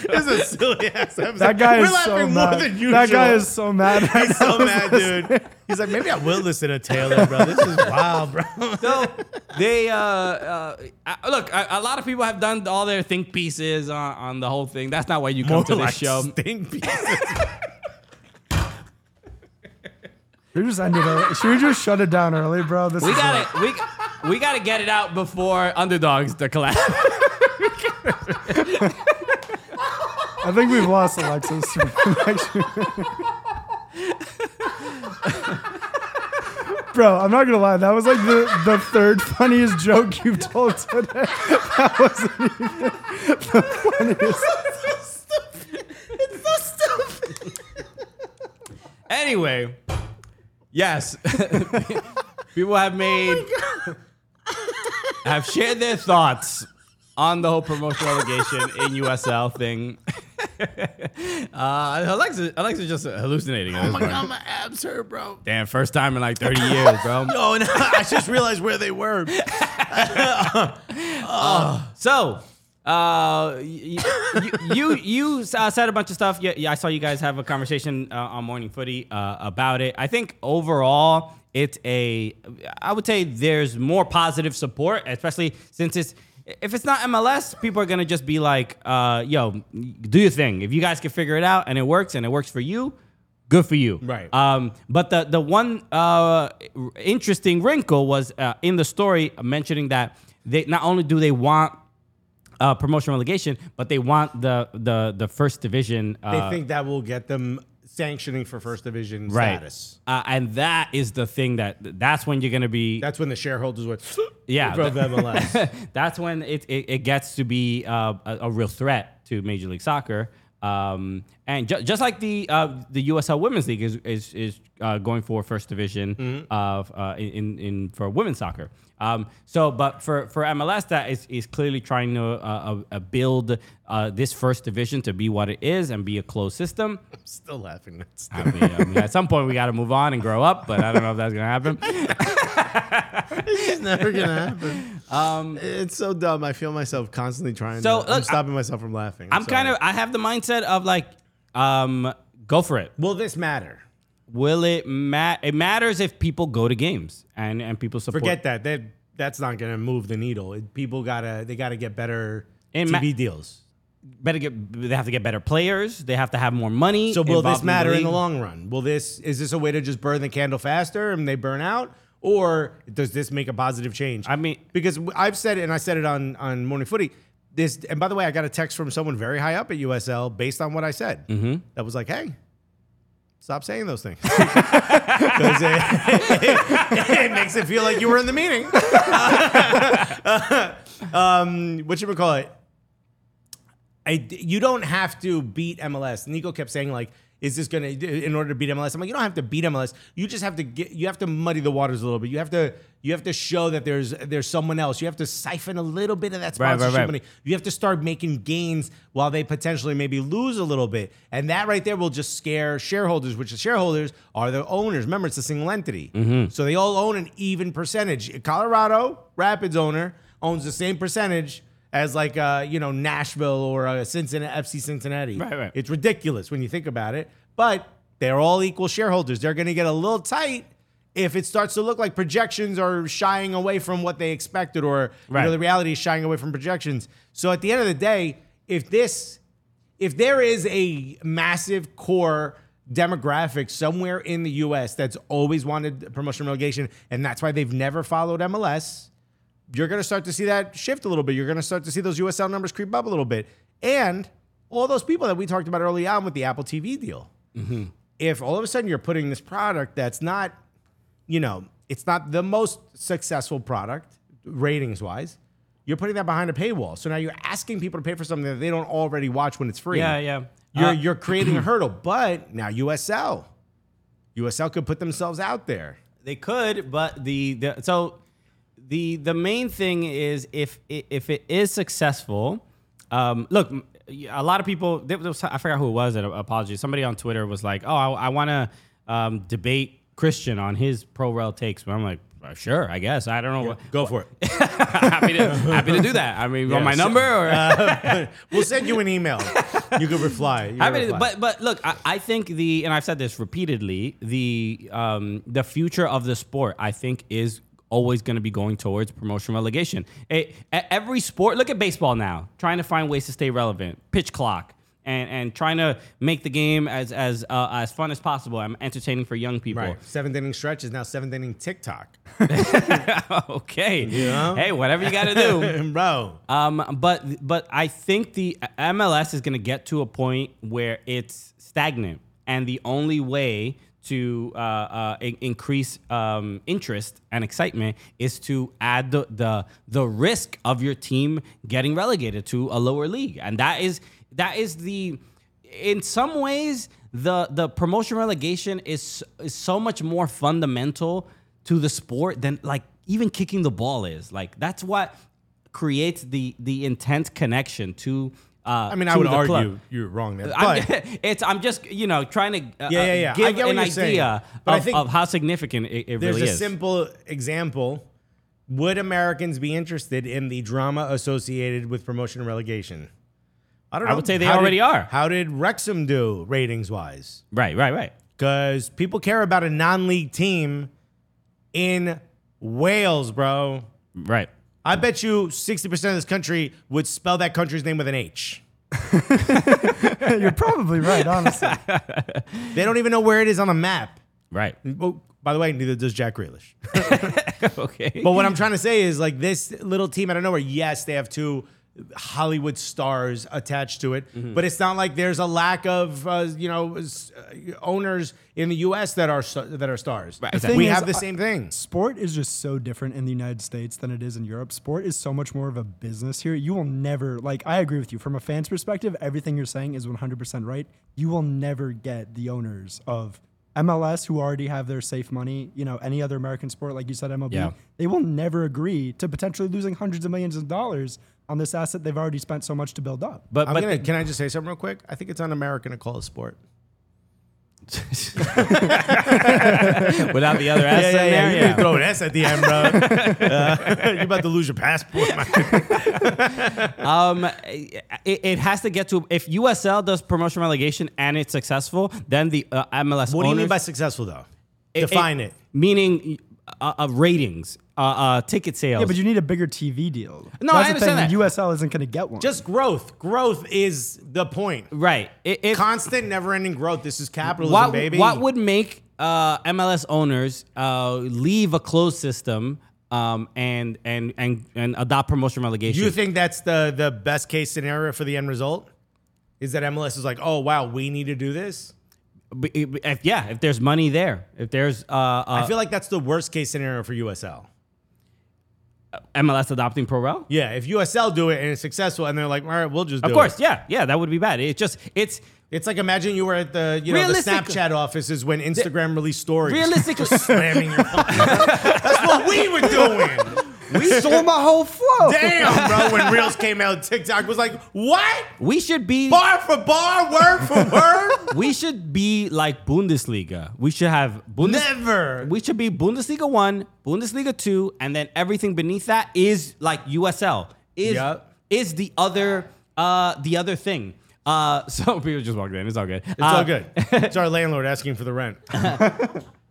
S4: this is a silly ass episode.
S6: That guy
S4: We're
S6: is
S4: laughing
S6: so
S4: more
S6: mad.
S4: than usual.
S6: That guy is so mad. right
S4: He's so
S6: now.
S4: mad, dude. He's like, maybe I will listen to Taylor, bro. This is wild, bro.
S3: So they uh, uh, I- look. A, a lot of people have done all their think pieces on, on the whole thing. That's not why you come to this show.
S4: stink pieces.
S6: We just ended it. Should we just shut it down early, bro? This
S3: We
S6: is
S3: got to We we got to get it out before underdogs to collapse.
S6: I think we've lost Alexis. Bro, I'm not gonna lie. That was like the, the third funniest joke you've told today. That wasn't even the funniest.
S3: Anyway, yes, people have made
S4: Oh
S3: have shared their thoughts on the whole promotion relegation in USL thing. uh, Alexa, Alexa's just hallucinating. At this point.
S4: Oh my abs hurt, bro.
S3: Damn, first time in like 30 years, bro.
S4: Oh, no, I just realized where they were.
S3: So, Uh, you you, you uh, said a bunch of stuff. Yeah, yeah, I saw you guys have a conversation uh, on Morning Footy uh, about it. I think overall, it's a. I would say there's more positive support, especially since it's. If it's not MLS, people are gonna just be like, uh, "Yo, do your thing. If you guys can figure it out and it works and it works for you, good for you."
S4: Right.
S3: Um, but the the one uh, interesting wrinkle was uh, in the story mentioning that they not only do they want uh, promotion relegation, but they want the the the first division.
S4: They
S3: Uh,
S4: think that will get them sanctioning for first division status.
S3: Uh, and that is the thing that that's when you're gonna be.
S4: That's when the shareholders would
S3: Yeah.
S4: above MLS.
S3: that's when it, it, it gets to be uh, a, a real threat to Major League Soccer. Um, and ju- just like the uh, the USL Women's League is is, is uh, going for first division
S4: Mm-hmm.
S3: of uh, in in for women's soccer. Um, so, but for, for MLS, that is, is clearly trying to uh, uh, build uh, this first division to be what it is and be a closed system.
S4: Still laughing. That's-
S3: I mean, I mean, at some point, we got to move on and grow up, but I don't know if that's gonna happen.
S4: It's never gonna happen. it's so dumb. I feel myself constantly trying.
S3: Um, So,
S4: to, I'm
S3: look,
S4: stopping myself from laughing.
S3: I'm kind of
S4: sorry.
S3: I have the mindset of like, um, go for it.
S4: Will this matter?
S3: Will it matter? It matters if people go to games and and people support.
S4: Forget that. That that's not gonna move the needle. It, people gotta they gotta get better
S3: It
S4: TV
S3: ma-
S4: deals.
S3: Better get. They have to get better players. They have to have more money.
S4: So will
S3: involved
S4: this matter in the
S3: league.
S4: long run? Will this is this a way to just burn the candle faster and they burn out? Or does this make a positive change?
S3: I mean-
S4: because w- I've said it and I said it on on Morning Footy. This and by the way, I got a text from someone very high up at USL based on what I said. Mm-hmm. That was like, "Hey, stop saying those things." 'Cause it, it makes it feel like you were in the meeting. Uh, um, what you call it? I, you don't have to beat MLS. Nico kept saying like, "Is this gonna in order to beat MLS?" I'm like, you don't have to beat MLS. You just have to get. You have to muddy the waters a little bit. You have to. You have to show that there's there's someone else. You have to siphon a little bit of that
S3: Right, right,
S4: sponsorship
S3: right.
S4: money. You have to start making gains while they potentially maybe lose a little bit, and that right there will just scare shareholders, which the shareholders are the owners. Remember, it's a single entity,
S3: Mm-hmm.
S4: so they all own an even percentage. Colorado Rapids owner owns the same percentage as like uh, you know Nashville or uh, Cincinnati FC Cincinnati.
S3: Right, right.
S4: It's ridiculous when you think about it, but they're all equal shareholders. They're going to get a little tight if it starts to look like projections are shying away from what they expected, or you
S3: Right.
S4: know the reality is shying away from projections. So at the end of the day, if this if there is a massive core demographic somewhere in the US that's always wanted promotion relegation and that's why they've never followed MLS, you're going to start to see that shift a little bit. You're going to start to see those USL numbers creep up a little bit. And all those people that we talked about early on with the Apple TV deal.
S3: Mm-hmm.
S4: If all of a sudden you're putting this product that's not, you know, it's not the most successful product ratings wise, you're putting that behind a paywall. So now you're asking people to pay for something that they don't already watch when it's free.
S3: Yeah, yeah.
S4: You're
S3: Uh,
S4: you're creating a hurdle. But now USL, USL could put themselves out there.
S3: They could, but the, the so the the main thing is if it, if it is successful. Um, look, m- a lot of people. There was, I forgot who it was. and Apologies. Somebody on Twitter was like, "Oh, I, I want to um, debate Christian on his pro rel takes." But I'm like, "Uh, "Sure, I guess. I don't know. what,
S4: Go for it.
S3: happy to happy to do that. I mean, you want my
S4: so-
S3: number or
S4: We'll send you an email. You could reply. You could
S3: I mean,
S4: reply.
S3: but but look, I, I think the and I've said this repeatedly. The um the future of the sport, I think, is always going to be going towards promotion relegation. It, e- every sport, look at baseball now, trying to find ways to stay relevant, pitch clock, and and trying to make the game as as uh, as fun as possible and entertaining for young people.
S4: right. Seventh inning stretch is now seventh inning TikTok.
S3: okay, hey, whatever you got to do.
S4: Bro.
S3: Um, but but I think the MLS is going to get to a point where it's stagnant, and the only way to uh, uh, in- increase um, interest and excitement is to add the, the the risk of your team getting relegated to a lower league, and that is that is the in some ways the the promotion relegation is is so much more fundamental to the sport than like even kicking the ball is like that's what creates the the intense connection to uh
S4: I mean, I
S3: to
S4: would
S3: the
S4: argue
S3: club.
S4: you're wrong there.
S3: I'm,
S4: But
S3: it's I'm just you know trying to uh,
S4: Yeah,
S3: uh,
S4: yeah, yeah. I
S3: give
S4: get what
S3: an
S4: you're saying,
S3: idea
S4: but I
S3: of,
S4: think
S3: of how significant it, it
S4: there's
S3: really
S4: a
S3: is.
S4: simple example Would Americans be interested in the drama associated with promotion and relegation? I don't
S3: I
S4: know.
S3: would say they
S4: How did-
S3: already are.
S4: How did Wrexham do ratings wise?
S3: Right, right, right.
S4: Because people care about a non league team in Wales, bro.
S3: Right.
S4: I bet you 60% of this country would spell that country's name with an H.
S6: You're probably right, honestly.
S4: They don't even know where it is on the map.
S3: Right.
S4: Oh, by the way, neither does Jack Grealish.
S3: okay.
S4: But what I'm trying to say is like this little team out of nowhere, yes, they have two Hollywood stars attached to it, but it's not like there's a lack of uh, you know s- uh, owners in the U.S. that are sta- that are stars.
S3: Right,
S6: exactly.
S4: We
S6: Thing is,
S4: have the
S6: I-
S4: same thing. uh,
S6: Sport is just so different in the United States than it is in Europe. Sport is so much more of a business here. You will never, like, I agree with you. From a fan's perspective, everything you're saying is 100% right. You will never get the owners of MLS who already have their safe money, you know, any other American sport, like you said, MLB.
S3: Yeah.
S6: They will never agree to potentially losing hundreds of millions of dollars on this asset they've already spent so much to build up.
S3: But
S4: I'm
S3: but
S4: gonna, can I just say something real quick? I think it's un-American to call it sport.
S3: without the other S in there,
S4: You
S3: yeah.
S4: can throw an S at the end, bro. Uh, you're about to lose your passport.
S3: Um, it, it has to get to if USL does promotion relegation and it's successful, then the uh, MLS.
S4: what do you mean
S3: owners-
S4: by successful, though? Define it.
S3: Meaning uh, uh, ratings, uh, uh, ticket sales.
S6: Yeah, but you need a bigger TV deal.
S3: No, I
S6: That's
S3: understand that.
S6: the thing. USL isn't going to get one.
S4: Just growth. Growth is the point.
S3: right. It, it,
S4: Constant, never-ending growth. This is capitalism,
S3: what,
S4: baby.
S3: what would make uh, MLS owners uh, leave a closed system um, and and and and adopt promotion relegation?
S4: You think that's the the best case scenario for the end result? Is that MLS is like, oh wow, we need to do this?
S3: B- b- if, yeah, if there's money there, if there's uh, uh,
S4: I feel like that's the worst case scenario for USL.
S3: MLS adopting pro rel.
S4: Yeah, if USL do it and it's successful, and they're like, all right, we'll just do
S3: Of course,
S4: it.
S3: yeah, yeah, that would be bad. It's just it's
S4: It's like imagine you were at the you know the
S3: Realistic-
S4: Snapchat offices when Instagram released stories.
S3: realistically.
S4: Slamming your That's what we were doing.
S6: we stole my whole flow.
S4: Damn, bro. When Reels came out, TikTok was like, what?
S3: we should be
S4: Bar for bar, word for word?
S3: we should be like Bundesliga. We should have Bundes-
S4: Never.
S3: We should be Bundesliga one, Bundesliga two, and then everything beneath that is like USL. Is
S4: Yup.
S3: is the other uh the other thing. Uh so people just walked in. It's all good. Uh,
S4: It's all good. It's our landlord asking for the rent.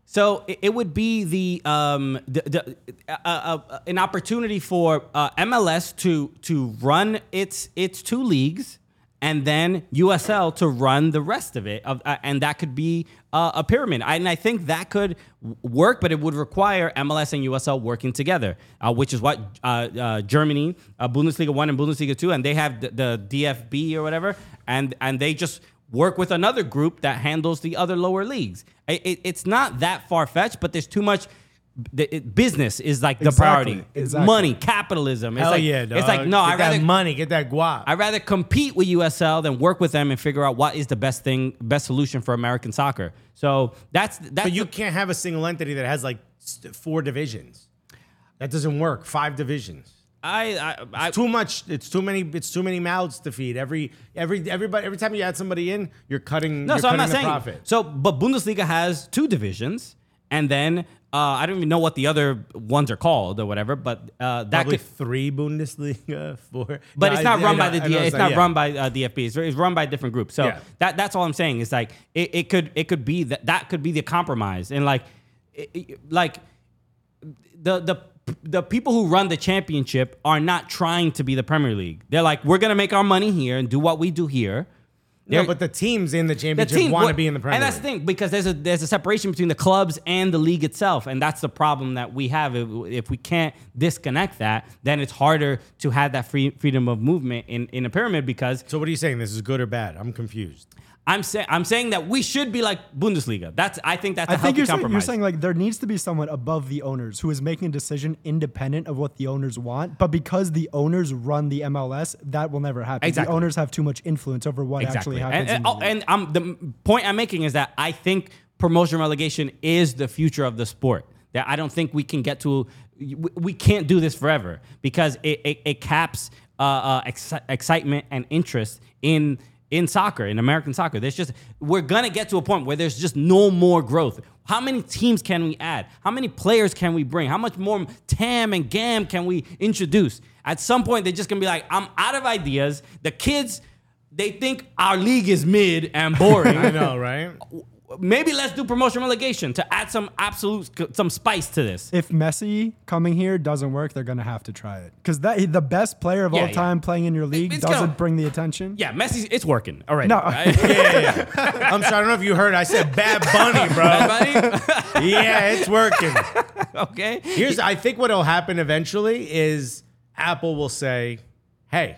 S3: So it, it would be the um the, the uh, uh, uh, an opportunity for uh, MLS to to run its its two leagues and then USL to run the rest of it of uh, and that could be uh, a pyramid and I think that could w- work but it would require MLS and USL working together uh, which is what uh, uh, Germany uh, Bundesliga 1 and Bundesliga 2 and they have the, the DFB or whatever and and they just work with another group that handles the other lower leagues. I it, it's not that far fetched, but there's too much. The, it- business is like the
S6: Exactly,
S3: priority.
S6: exactly.
S3: Money, capitalism. It's
S4: Hell
S3: like,
S4: yeah, dog.
S3: It's like no,
S4: get
S3: I rather
S4: that money, get that guap.
S3: I rather compete with USL than work with them and figure out what is the best thing, best solution for American soccer. So that's that's
S4: but you
S3: the-
S4: can't have a single entity that has like st- four divisions. That doesn't work. Five divisions.
S3: I I, I
S4: Too much. It's too many. It's too many mouths to feed. Every every everybody. Every time you add somebody in, you're cutting.
S3: No,
S4: you're
S3: so
S4: cutting
S3: I'm not
S4: the
S3: saying.
S4: profit.
S3: So, but Bundesliga has two divisions, and then uh, I don't even know what the other ones are called or whatever. But uh, that
S4: Probably
S3: could
S4: three Bundesliga, four.
S3: But
S4: No,
S3: it's
S4: I-
S3: not
S4: I
S3: run
S4: know-
S3: by the
S4: I know
S3: D- it's not
S4: yeah.
S3: run by uh, DFB. It's, it's run by a different group. So
S4: Yeah.
S3: that that's all I'm saying. Is like it, it could it could be that that could be the compromise and like it- it- like the the the people who run the championship are not trying to be the Premier League. They're like we're gonna make our money here and do what we do here.
S4: No,
S3: They're-
S4: but the teams in the
S3: the
S4: championship
S3: team
S4: want to
S3: what-
S4: be in the Premier
S3: And that's the
S4: League.
S3: thing because there's a there's a separation between the clubs and the league itself, and that's the problem that we have. If, if we can't disconnect that, then it's harder to have that free freedom of movement in in a pyramid because
S4: So what are you saying? This is good or bad? I'm confused.
S3: I'm saying I'm saying that we should be like Bundesliga. That's I think that's a
S6: I
S3: healthy
S6: think you're saying, you're
S3: compromise.
S6: saying like there needs to be someone above the owners who is making a decision independent of what the owners want, but because the owners run the MLS, that will never happen.
S3: Exactly.
S6: The owners have too much influence over what actually happens.
S3: And, and,
S6: in the
S3: oh,
S6: league.
S3: and I'm, the point I'm making is that I think promotion relegation is the future of the sport. That I don't think we can get to, we- we can't do this forever because it, it, it caps uh, uh, exci- excitement and interest in. i- in soccer, in American soccer. There's just we're gonna get to a point where there's just no more growth. How many teams can we add? How many players can we bring? How much more TAM and GAM can we introduce? At some point, they're just gonna be like, I'm out of ideas. The kids, they think our league is mid and boring.
S4: I know, right?
S3: Maybe let's do promotion relegation to add some absolute some spice to this.
S6: If Messi coming here doesn't work, they're gonna have to try it because that the best player of
S3: Yeah,
S6: all
S3: yeah.
S6: time playing in your league
S3: it's
S6: doesn't
S3: gonna-
S6: bring the attention.
S3: Yeah, Messi, it's working. All right.
S6: No.
S4: I'm sorry. I don't know if you heard. I said Bad Bunny, bro. yeah, it's working.
S3: okay.
S4: Here's. I think what'll happen eventually is Apple will say, "Hey,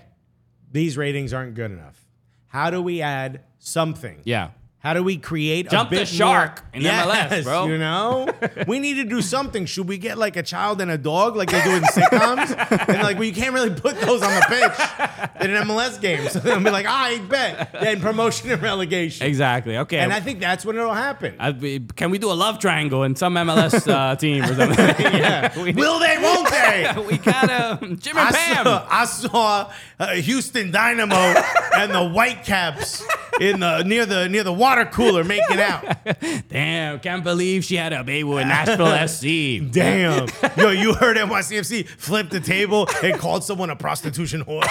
S4: these ratings aren't good enough. How do we add something?
S3: Yeah.
S4: How do we create
S3: Jump
S4: a
S3: the
S4: bit
S3: shark
S4: more-
S3: in MLS, bro.
S4: You know, we need to do something. Should we get like a child and a dog, like they do in sitcoms? and like, well, you can't really put those on the pitch in an MLS game. So they'll be like, "Ah, I bet. Then promotion and relegation.
S3: Exactly. Okay.
S4: And I think that's when it'll happen.
S3: I'd be- can we do a love triangle in some MLS uh, team or something? yeah. We,
S4: Will they? Won't they?
S3: we got um, Jim and
S4: I
S3: Pam.
S4: saw, I saw uh, Houston Dynamo and the Whitecaps in the near the near the water cooler making out.
S3: Damn, can't believe she had a baby with Nashville SC.
S4: Damn, yo, you heard NYCFC flip the table and called someone a prostitution whore.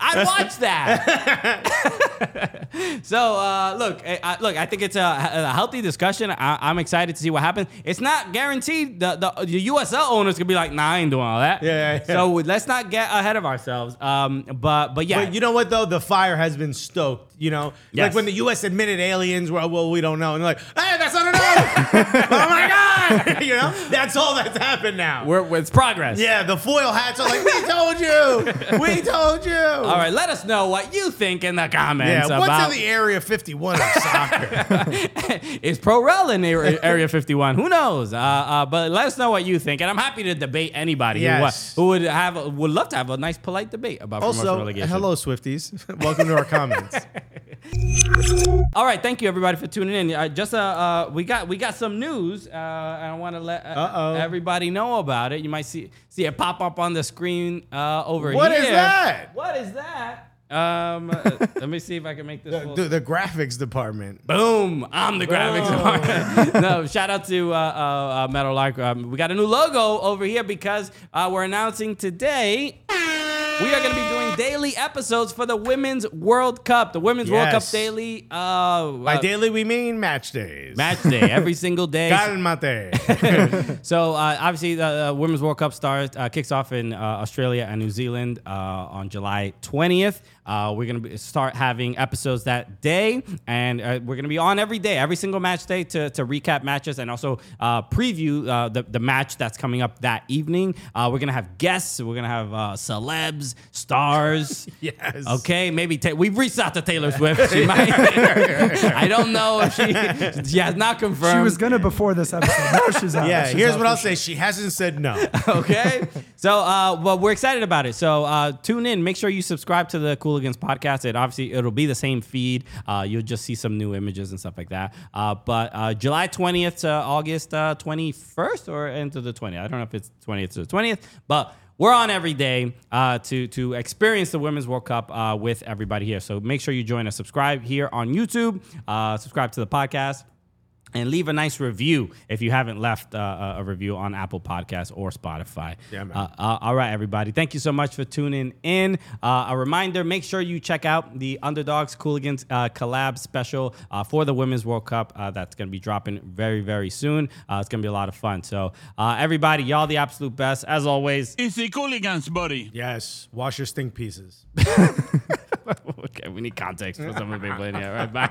S3: I'd watch that. so uh, look, I, I- look, I think it's a, a healthy discussion. I, I'm excited to see what happens. It's not guaranteed. The the, the USL owners could be like, nah, I ain't doing all that.
S4: Yeah, yeah, yeah.
S3: So let's not get ahead of ourselves. Um, but but yeah,
S4: But you know what though, the fire has been stoked. You know,
S3: Yes.
S4: like when the U.S. admitted aliens were well, we don't know, and they're like, hey, that's not enough. oh my god, you know, that's all that's happened now.
S3: we're, we're- it's progress.
S4: yeah, the foil hats are like, we told you, we told you.
S3: All right, let us know what you think in the
S4: Yeah,
S3: comments
S4: what's
S3: about
S4: in the Area 51 of soccer?
S3: is Pro Rel in Ar- Area 51? Who knows? Uh, uh, but let us know what you think, and I'm happy to debate anybody who, wa-
S4: Yes.
S3: who would have would love to have a nice, polite debate about promotion
S4: also,
S3: relegation.
S4: hello, Swifties. Welcome to our comments.
S3: All right, thank you everybody for tuning in. Uh, just uh, uh, we got we got some news, uh, and I want to let uh,
S4: Uh-oh.
S3: everybody know about it. You might see see it pop up on the screen uh, over
S4: What
S3: here.
S4: is that?
S3: What is that? Um, uh, let me see if I can make this. full
S4: Dude, the graphics department.
S3: Boom! I'm the graphics department. no, shout out to uh, uh, uh, Metal Lark. Um, we got a new logo over here because uh, we're announcing today we are going to be doing daily episodes for the Women's World Cup. The Women's World Cup
S4: Yes.
S3: daily. Uh,
S4: By
S3: uh,
S4: daily, we mean match days.
S3: Match day every single day.
S4: Calmate.
S3: So uh, obviously, the uh, Women's World Cup starts uh, kicks off in uh, Australia and New Zealand uh, on July 20th. Uh, we're gonna be, start having episodes that day, and uh, we're gonna be on every day, every single match day to, to recap matches and also uh, preview uh, the the match that's coming up that evening. Uh, we're gonna have guests. We're gonna have uh, celebs, stars.
S4: yes.
S3: Okay, maybe ta- we've reached out to Taylor Swift. She might. I don't know if she she has not confirmed.
S6: She was gonna before this episode. Now she's out.
S4: Yeah,
S6: She's
S4: here's
S6: out
S4: what
S6: for
S4: I'll
S6: sure.
S4: say. She hasn't said no.
S3: okay. So, uh, well, we're excited about it. So, uh, tune in. Make sure you subscribe to the Cooligans podcast. It obviously it'll be the same feed. Uh, you'll just see some new images and stuff like that. Uh, but uh, July twentieth to August twenty first or into the twentieth. I don't know if it's twentieth to the twentieth, but we're on every day uh, to to experience the Women's World Cup uh, with everybody here. So make sure you join us. Subscribe here on YouTube. Uh, subscribe to the podcast and leave a nice review if you haven't left uh, a a review on Apple Podcasts or Spotify.
S4: Yeah, man.
S3: Uh, uh, all right, everybody. Thank you so much for tuning in. Uh, a reminder make sure you check out the Underdogs Cooligans uh, collab special uh, for the Women's World Cup uh, that's going to be dropping very, very soon. Uh, it's going to be a lot of fun. So, uh, everybody, y'all the absolute best. As always,
S5: It's the Cooligans, buddy.
S4: yes. Wash your stink pieces.
S3: okay, we need context for some of the big lady. All right, bye.